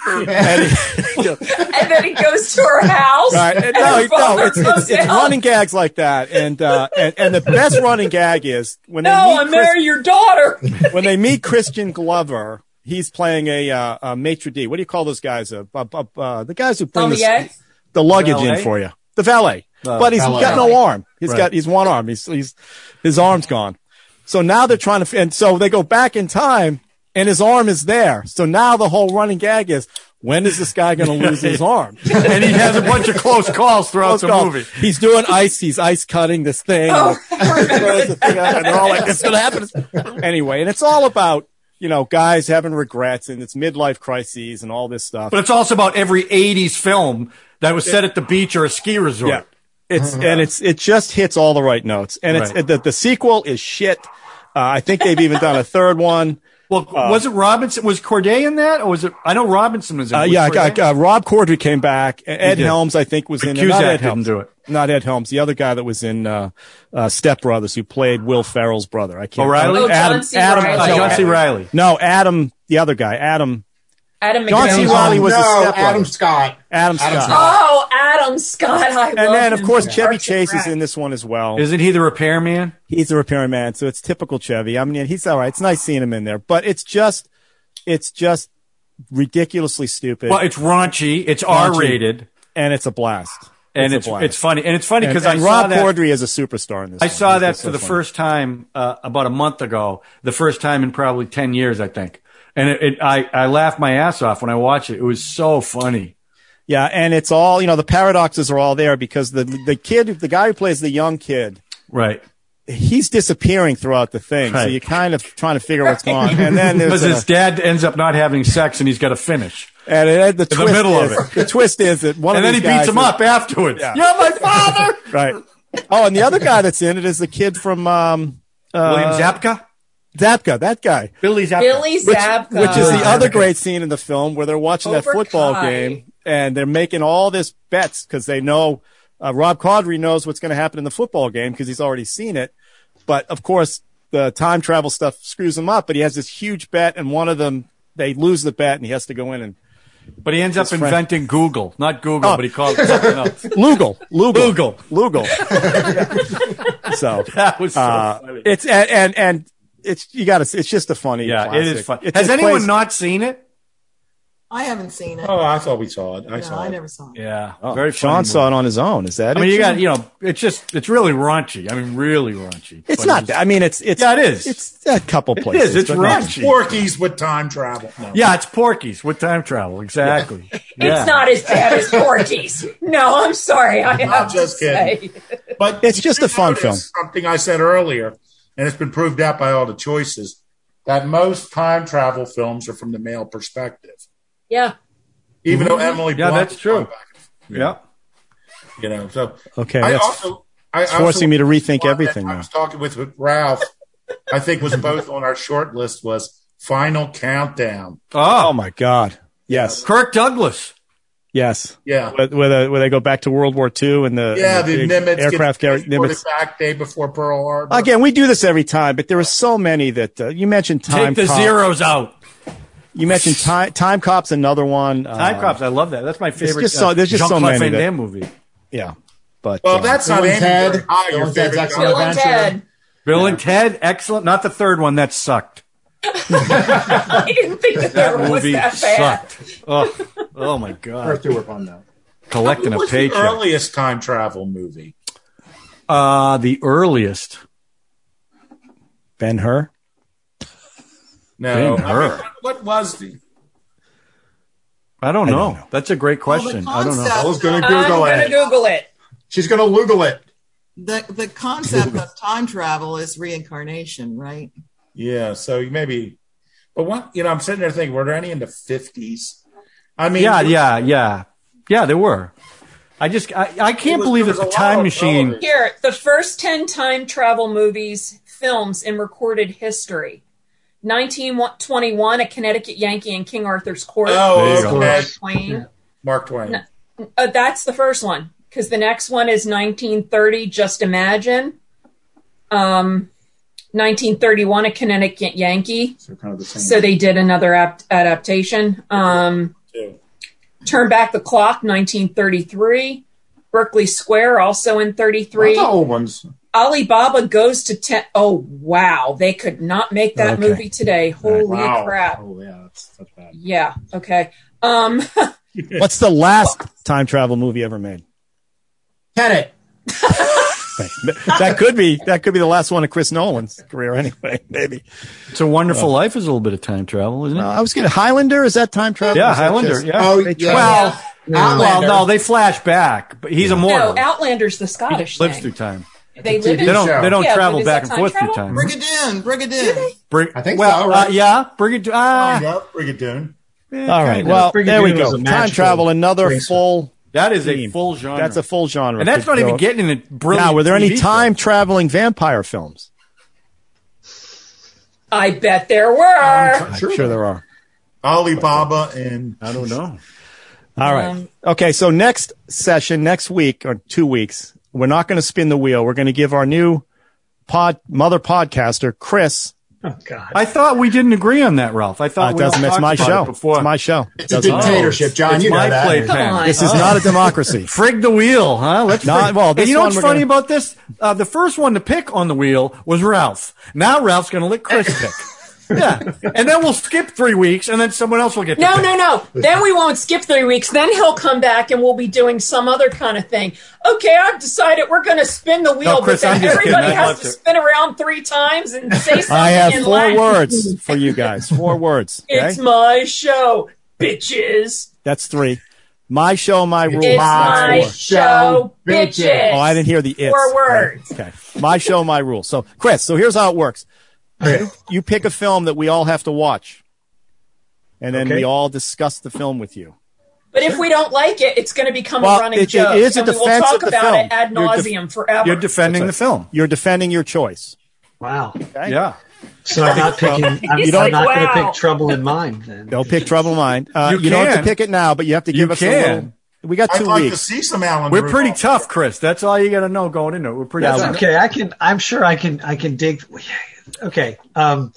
And he- And then he goes to her house. Right. And and no, her it- no, father it's, it's, comes <laughs> it's out. running gags like that, and uh, and and the best running gag is when they No, meet I Chris- marry <laughs> your daughter. when they meet Christian Glover. He's playing a, uh, a maitre d. What do you call those guys? Uh, bu- bu- uh, the guys who bring Tell me, the, <laughs> yeah? the luggage in Valet? for you, the valet. but he's valet. got no arm. He's Right. got he's one arm. He's, he's his arm's gone. So now they're trying to, and so they go back in time, and his arm is there. So now the whole running gag is, when is this guy going to lose <laughs> his arm? And he has a bunch <laughs> of close calls throughout Let's the go. movie. He's doing ice. He's ice cutting this thing. <laughs> Oh, I Throws remember the thing out, <laughs> and they're all like, "It's gonna happen." Anyway, and it's all about you know guys having regrets and it's midlife crises and all this stuff. But it's also about every '80s film that was set at the beach or a ski resort. Yeah. It's and it's it just hits all the right notes. And it's Right. the, the sequel is shit. Uh, I think they've even done a third <laughs> one. Well, was it Robinson? Was Corday in that, or was it? I know Robinson was in. Uh, Was yeah, I Corday? got- uh, Rob Corddry came back. E- Ed did. Helms, I think, was in. there. Cusack Not Ed didn't Helms. do it. Not Ed Helms, the other guy that was in uh, uh, Step Brothers, who played Will Ferrell's brother. I can't. O'Reilly? Oh, John Adam, C. Adam, Reilly. Uh, no, John C. Adam- Riley. No, Adam, the other guy, Adam, Adam John C. McDowell. Riley Oh, was the no, stepbrother. Adam Scott. Adam Adam Scott. Scott. Oh, Adam Scott. I And then, of course, Chevy Chase is chases in this one as well. Isn't he the repairman? He's a repairman, so it's typical Chevy. I mean, he's all right. It's nice seeing him in there, but it's just, it's just ridiculously stupid, Well, it's raunchy. It's R-rated, and it's a blast. and it's a it's, funny. And it's funny because because I saw Rob that. Corddry is a superstar in this. I one. saw He's that just for so the funny. first time uh, about a month ago. The first time in probably ten years, I think. And it, it, I I laughed my ass off when I watched it. It was so funny. Yeah, and it's all you know. The paradoxes are all there because the the kid, the guy who plays the young kid, Right. he's disappearing throughout the thing. So Right. you're kind of trying to figure what's going on. And <laughs> then Because there's a, his dad ends up not having sex, and he's got to finish. and it, the the twist middle of is, it. The twist is that one <laughs> And of then he these beats guys him is- up afterwards. Yeah. You're my father, right? Oh, and the other guy that's in it is the kid from um, uh, William Zabka. Zapka, that guy, Billy Zabka. <laughs> Billy Zabka. which is the Zabka. other great scene in the film where they're watching that Cobra football Kai. game and they're making all this bets because they know uh, Rob Caudry knows what's going to happen in the football game because he's already seen it. But of course, the time travel stuff screws him up. But he has this huge bet, and one of them they lose the bet, and he has to go in and But he ends up friend. inventing Google, not Google, Oh. but he called it something <laughs> else. <laughs> Lugal, Lugal, Lugal. <laughs> Lugal. so That was so uh, funny. it's and, and and it's you got to. It's just a funny. yeah, it classic. is fun. It Has just anyone plays- not seen it? I haven't seen it. Oh, I thought we saw it. I no, saw I it. never saw it. Yeah, Oh, very. Sean funny saw movie. it on his own. Is that? I mean, it, you Sean? got you know, it's just it's really raunchy. I mean, really raunchy. It's But not. that. I mean, it's it's Yeah, it is. It's a couple It places. is. It's but- raunchy. Porky's with time travel. No. Yeah, it's Porky's with time travel. Exactly. <laughs> Yeah. It's not as bad as Porky's. No, I'm sorry. I have just to say. But It's did just you a fun notice film. Something I said earlier, and it's been proved out by all the choices that most time travel films are from the male perspective. Yeah. Even though Emily, Mm-hmm. Yeah, Blunt that's was true. going back, Yeah. you know, so Okay, I that's also, I also forcing me to rethink one that everything I now. was talking with, with Ralph. I think was both on our short list was Final Countdown. Oh Oh, my God! Yes, Kirk Douglas. yes. Yeah, Where, where, they- where they go back to World War II and the yeah. and The, big Nimitz aircraft get carrier transported Nimitz. back day before Pearl Harbor. Again, we do this every time, but there are so many that uh, you mentioned time. Take the cop. zeros out. You mentioned time, time Cop's another one. Uh, Time Cops, I love that. That's my favorite. uh, just so- there's just so Jean-Claude many Van that- Damme movie. Yeah. But Well, uh, that's Bill not and Andy Ted. Bird. Ah, Bill your and Ted's favorite Excellent guy. Bill and Adventure. Ted. Bill and Ted, excellent. Not the third one. That sucked. <laughs> I didn't think That that, there was movie that bad. sucked. Oh, oh my god! First two were fun though. Collecting a What's the paycheck. earliest time travel movie? uh, the earliest. Ben Hur. No, Ben Oh, I mean, Hur. what, what was the? I don't, I know. don't know. That's a great Well, the question. I don't know. Oh, concept I was gonna of- Google I'm gonna it. Google it. She's gonna Lugal it. The, the concept of time travel is reincarnation, right? Yeah, so you maybe, but what you know, I'm sitting there thinking, were there any in the fifties? I mean, Yeah, yeah, yeah, yeah. There were. I just I, I can't was- believe there was that the a lot time of machine. television. Here, the first 10 time travel movies, films in recorded history 1921, A Connecticut Yankee in King Arthur's Court. Oh, There you go. okay. Twain. Mark Twain. No. Uh, that's the first one, because the next one is 1930, Just Imagine. Um, 1931, A Connecticut Yankee. So kind of the same. So they did another ap- adaptation. Um, too. Turn Back the Clock, 1933. Berkeley Square, also in 33. Lots of old ones. Alibaba goes to ten oh wow, they could not make that Okay. movie today. Holy Wow. crap. Oh yeah, that's that's bad. Yeah, okay. Um <laughs> What's the last time travel movie ever made? Tenet. That could be that could be the last one of Chris Nolan's career anyway. <laughs> Maybe. It's a Wonderful Life is a little bit of time travel, isn't it? Uh, I was getting Highlander. Is that time travel? yeah, Is that Highlander. just- yeah. Oh uh, They yeah. tried- well, well, Outlander. no, they flash back, but he's immortal. no, Outlander's the He Scottish lives through thing. time. They live They in don't. show. They don't Yeah, travel but is back that and forth time through travel? time. Brigadoon, Brigadoon. Bring- I think well, so, right? uh, yeah, Brigadier. Ah, Oh, Yeah, Brigadoon. All right. kinda. Well, Brigadoon there we was a go. Time magical travel. Another racer. full. that is a Theme. full genre. That's a full genre. and that's Could not even go- getting into brilliant. Now, were there any TV time shows. traveling vampire films? I bet there were. I'm sure there are. Alibaba and I don't know. All right. Um, okay. So next session, next week or two weeks, we're not going to spin the wheel. We're going to give our new pod mother podcaster Chris. Oh God. I thought we didn't agree on that, Ralph. I Uh, thought it we all doesn't. It's talked my about show. It before It's my show. It It's a doesn't- Oh, dictatorship, John, It's you know my that. playpen. Come on. This is Oh. not a <laughs> democracy. Frig the wheel, huh? Let's No, frig- well, And this you know one what's we're funny gonna- about this? Uh, the first one to pick on the wheel was Ralph. Now Ralph's going to let Chris <laughs> pick. Yeah, and then we'll skip three weeks, and then someone else will get. to No, pick. no, no. Then we won't skip three weeks. Then he'll come back and we'll be doing some other kind of thing. Okay, I've decided we're going to spin the wheel, Chris, but I'm then just kidding. everybody I'd has love to, to. spin around three times and say something. I have in four Latin. words for you guys. Four words. Okay? <laughs> It's my show, bitches. That's three. My show, my rules. It's That's my four. show, bitches. bitches. Oh, I didn't hear the it's. Four words. Okay. My show, my rules. So, Chris, so here's how it works. <laughs> You, you pick a film that we all have to watch, and then Okay. we all discuss the film with you. But if we don't like it, it's going to become Well, a running it- it joke. is a and we will defense talk of the about film. it ad You're def- nausyum forever. You're defending the film. You're defending your choice. Wow. Okay. Yeah. So I'm not picking. I'm, He's I'm like, not going wow. to pick Trouble in Mind. Then Don't pick Trouble in Mind. Uh, You you don't have can. to pick it now, but you have to You give us a can. little. We got I'd 2 like to weeks. see some Alan. We're pretty Rudolph. tough, Chris. That's all you got to know going into it. We're pretty That's tough. That's okay. I can. I'm sure I can. I can dig. Okay. Um.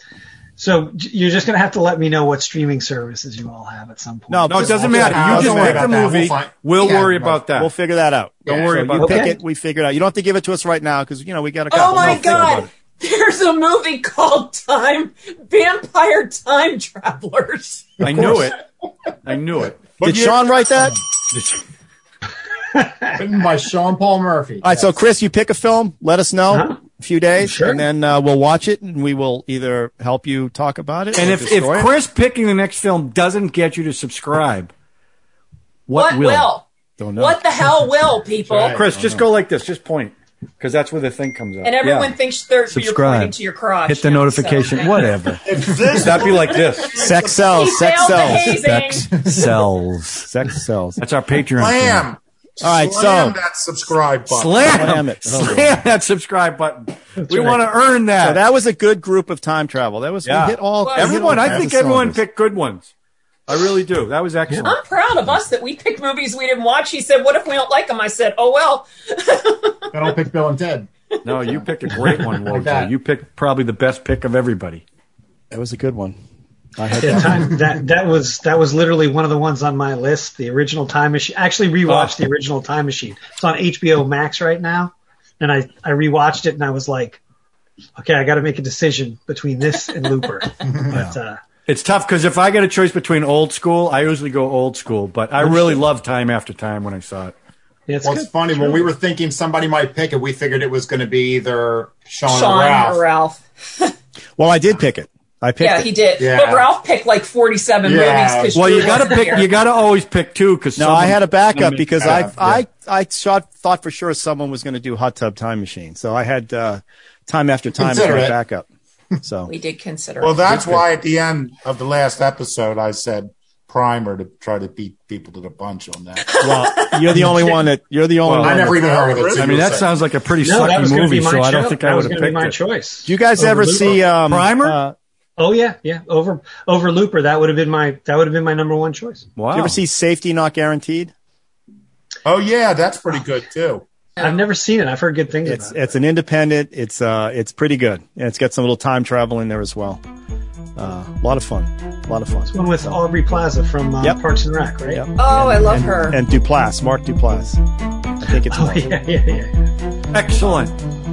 So j- you're just going to have to let me know what streaming services you all have at some point. No, No, it Just- doesn't I'll matter. figure You it just out. pick the Don't worry about that. movie. We'll find- We'll Yeah, worry no. about that. We'll figure that out. Don't Yeah, worry so about You that. pick Okay. it. We figure it out. You don't have to give it to us right now because you know we got a couple. Oh my months to think about God. it. There's a movie called Time Vampire Time Travelers. I knew it. I knew it. Did Sean write that? Written by Sean Paul Murphy. All right, so Chris, you pick a film. Let us know Uh-huh. a few days, Sure. and then uh, we'll watch it, and we will either help you talk about it, And or if, if destroy it. Chris picking the next film doesn't get you to subscribe, what, What will? don't know, What the hell <laughs> will people? Chris, just go like this. Just point. Because that's where the thing comes up. And everyone Yeah. thinks they're Subscribe. you're pointing to your crotch. Hit the now, notification. <laughs> so- Whatever. <laughs> If this That'd be like this. sex sells, He Oh, sex failed the sells, hazing. Sex sells. sex sells. That's our Patreon. slam, All right, slam so that subscribe button. Slam, Slam slam it. it. Slam that subscribe button. we right. want to earn that. so that was a good group of time travel. That was Yeah. we hit all. Well, we hit everyone, all I kinds think of everyone cylinders. picked good ones. I really do. That was excellent. I'm proud of us that we picked movies we didn't watch. He said, "What if we don't like them?" I said, "Oh well." Then I'll pick Bill and Ted. No, you picked a great one, Wojo. that. You picked probably the best pick of everybody. That was a good one. I had Yeah, that. <laughs> time, that that was that was literally one of the ones on my list. The original Time Machine. I actually rewatched Oh. the original Time Machine. It's on HBO Max right now, and I I rewatched it and I was like, okay, I got to make a decision between this and <laughs> Looper. but uh, It's tough because if I get a choice between old school, I usually go old school, but I really love time after time when I saw it. yeah, it's well, it's good. funny when we were thinking somebody might pick it, we figured it was going to be either Oh, Sean, Sean or Ralph. or Ralph. Well, I did pick it. I picked Yeah, it. he did. Yeah. But Ralph picked like 47 Yeah. movies. 'cause Well, you Drew gotta wasn't pick. here. You gotta always pick two because No, I had a backup because I Yeah. I I shot, thought for sure someone was going to do Hot Tub Time Machine, so I had uh, time after time as Consider my it. backup. So <laughs> We did consider Well, it. that's why at the end of the last episode, I said primer to try to beat people to the punch on that. well, you're the only one that you're the only Well, one. I never that- even heard of it. so I mean, you're that safe. sounds like a pretty No, that was sucky going to movie, be my so choice. I don't think that I was would have going to be picked it. my choice. Do you guys Over ever Looper. see um, Primer? Uh, Oh yeah, yeah. Over over Looper. That would have been my that would have been my number one choice. Wow. Do you ever see Safety Not Guaranteed? Oh yeah, that's pretty good too. I've never seen it. I've heard good things It's about it. it's an independent. It's uh it's pretty good, and it's got some little time travel in there as well. Uh, a lot of fun, a lot of fun. One with Aubrey Plaza from uh, Yep. Parks and Rec, right? Yep. Oh, I love and, her. And Duplass, Mark Duplass. I think it's <laughs> Oh Mark. yeah, yeah, yeah. Excellent.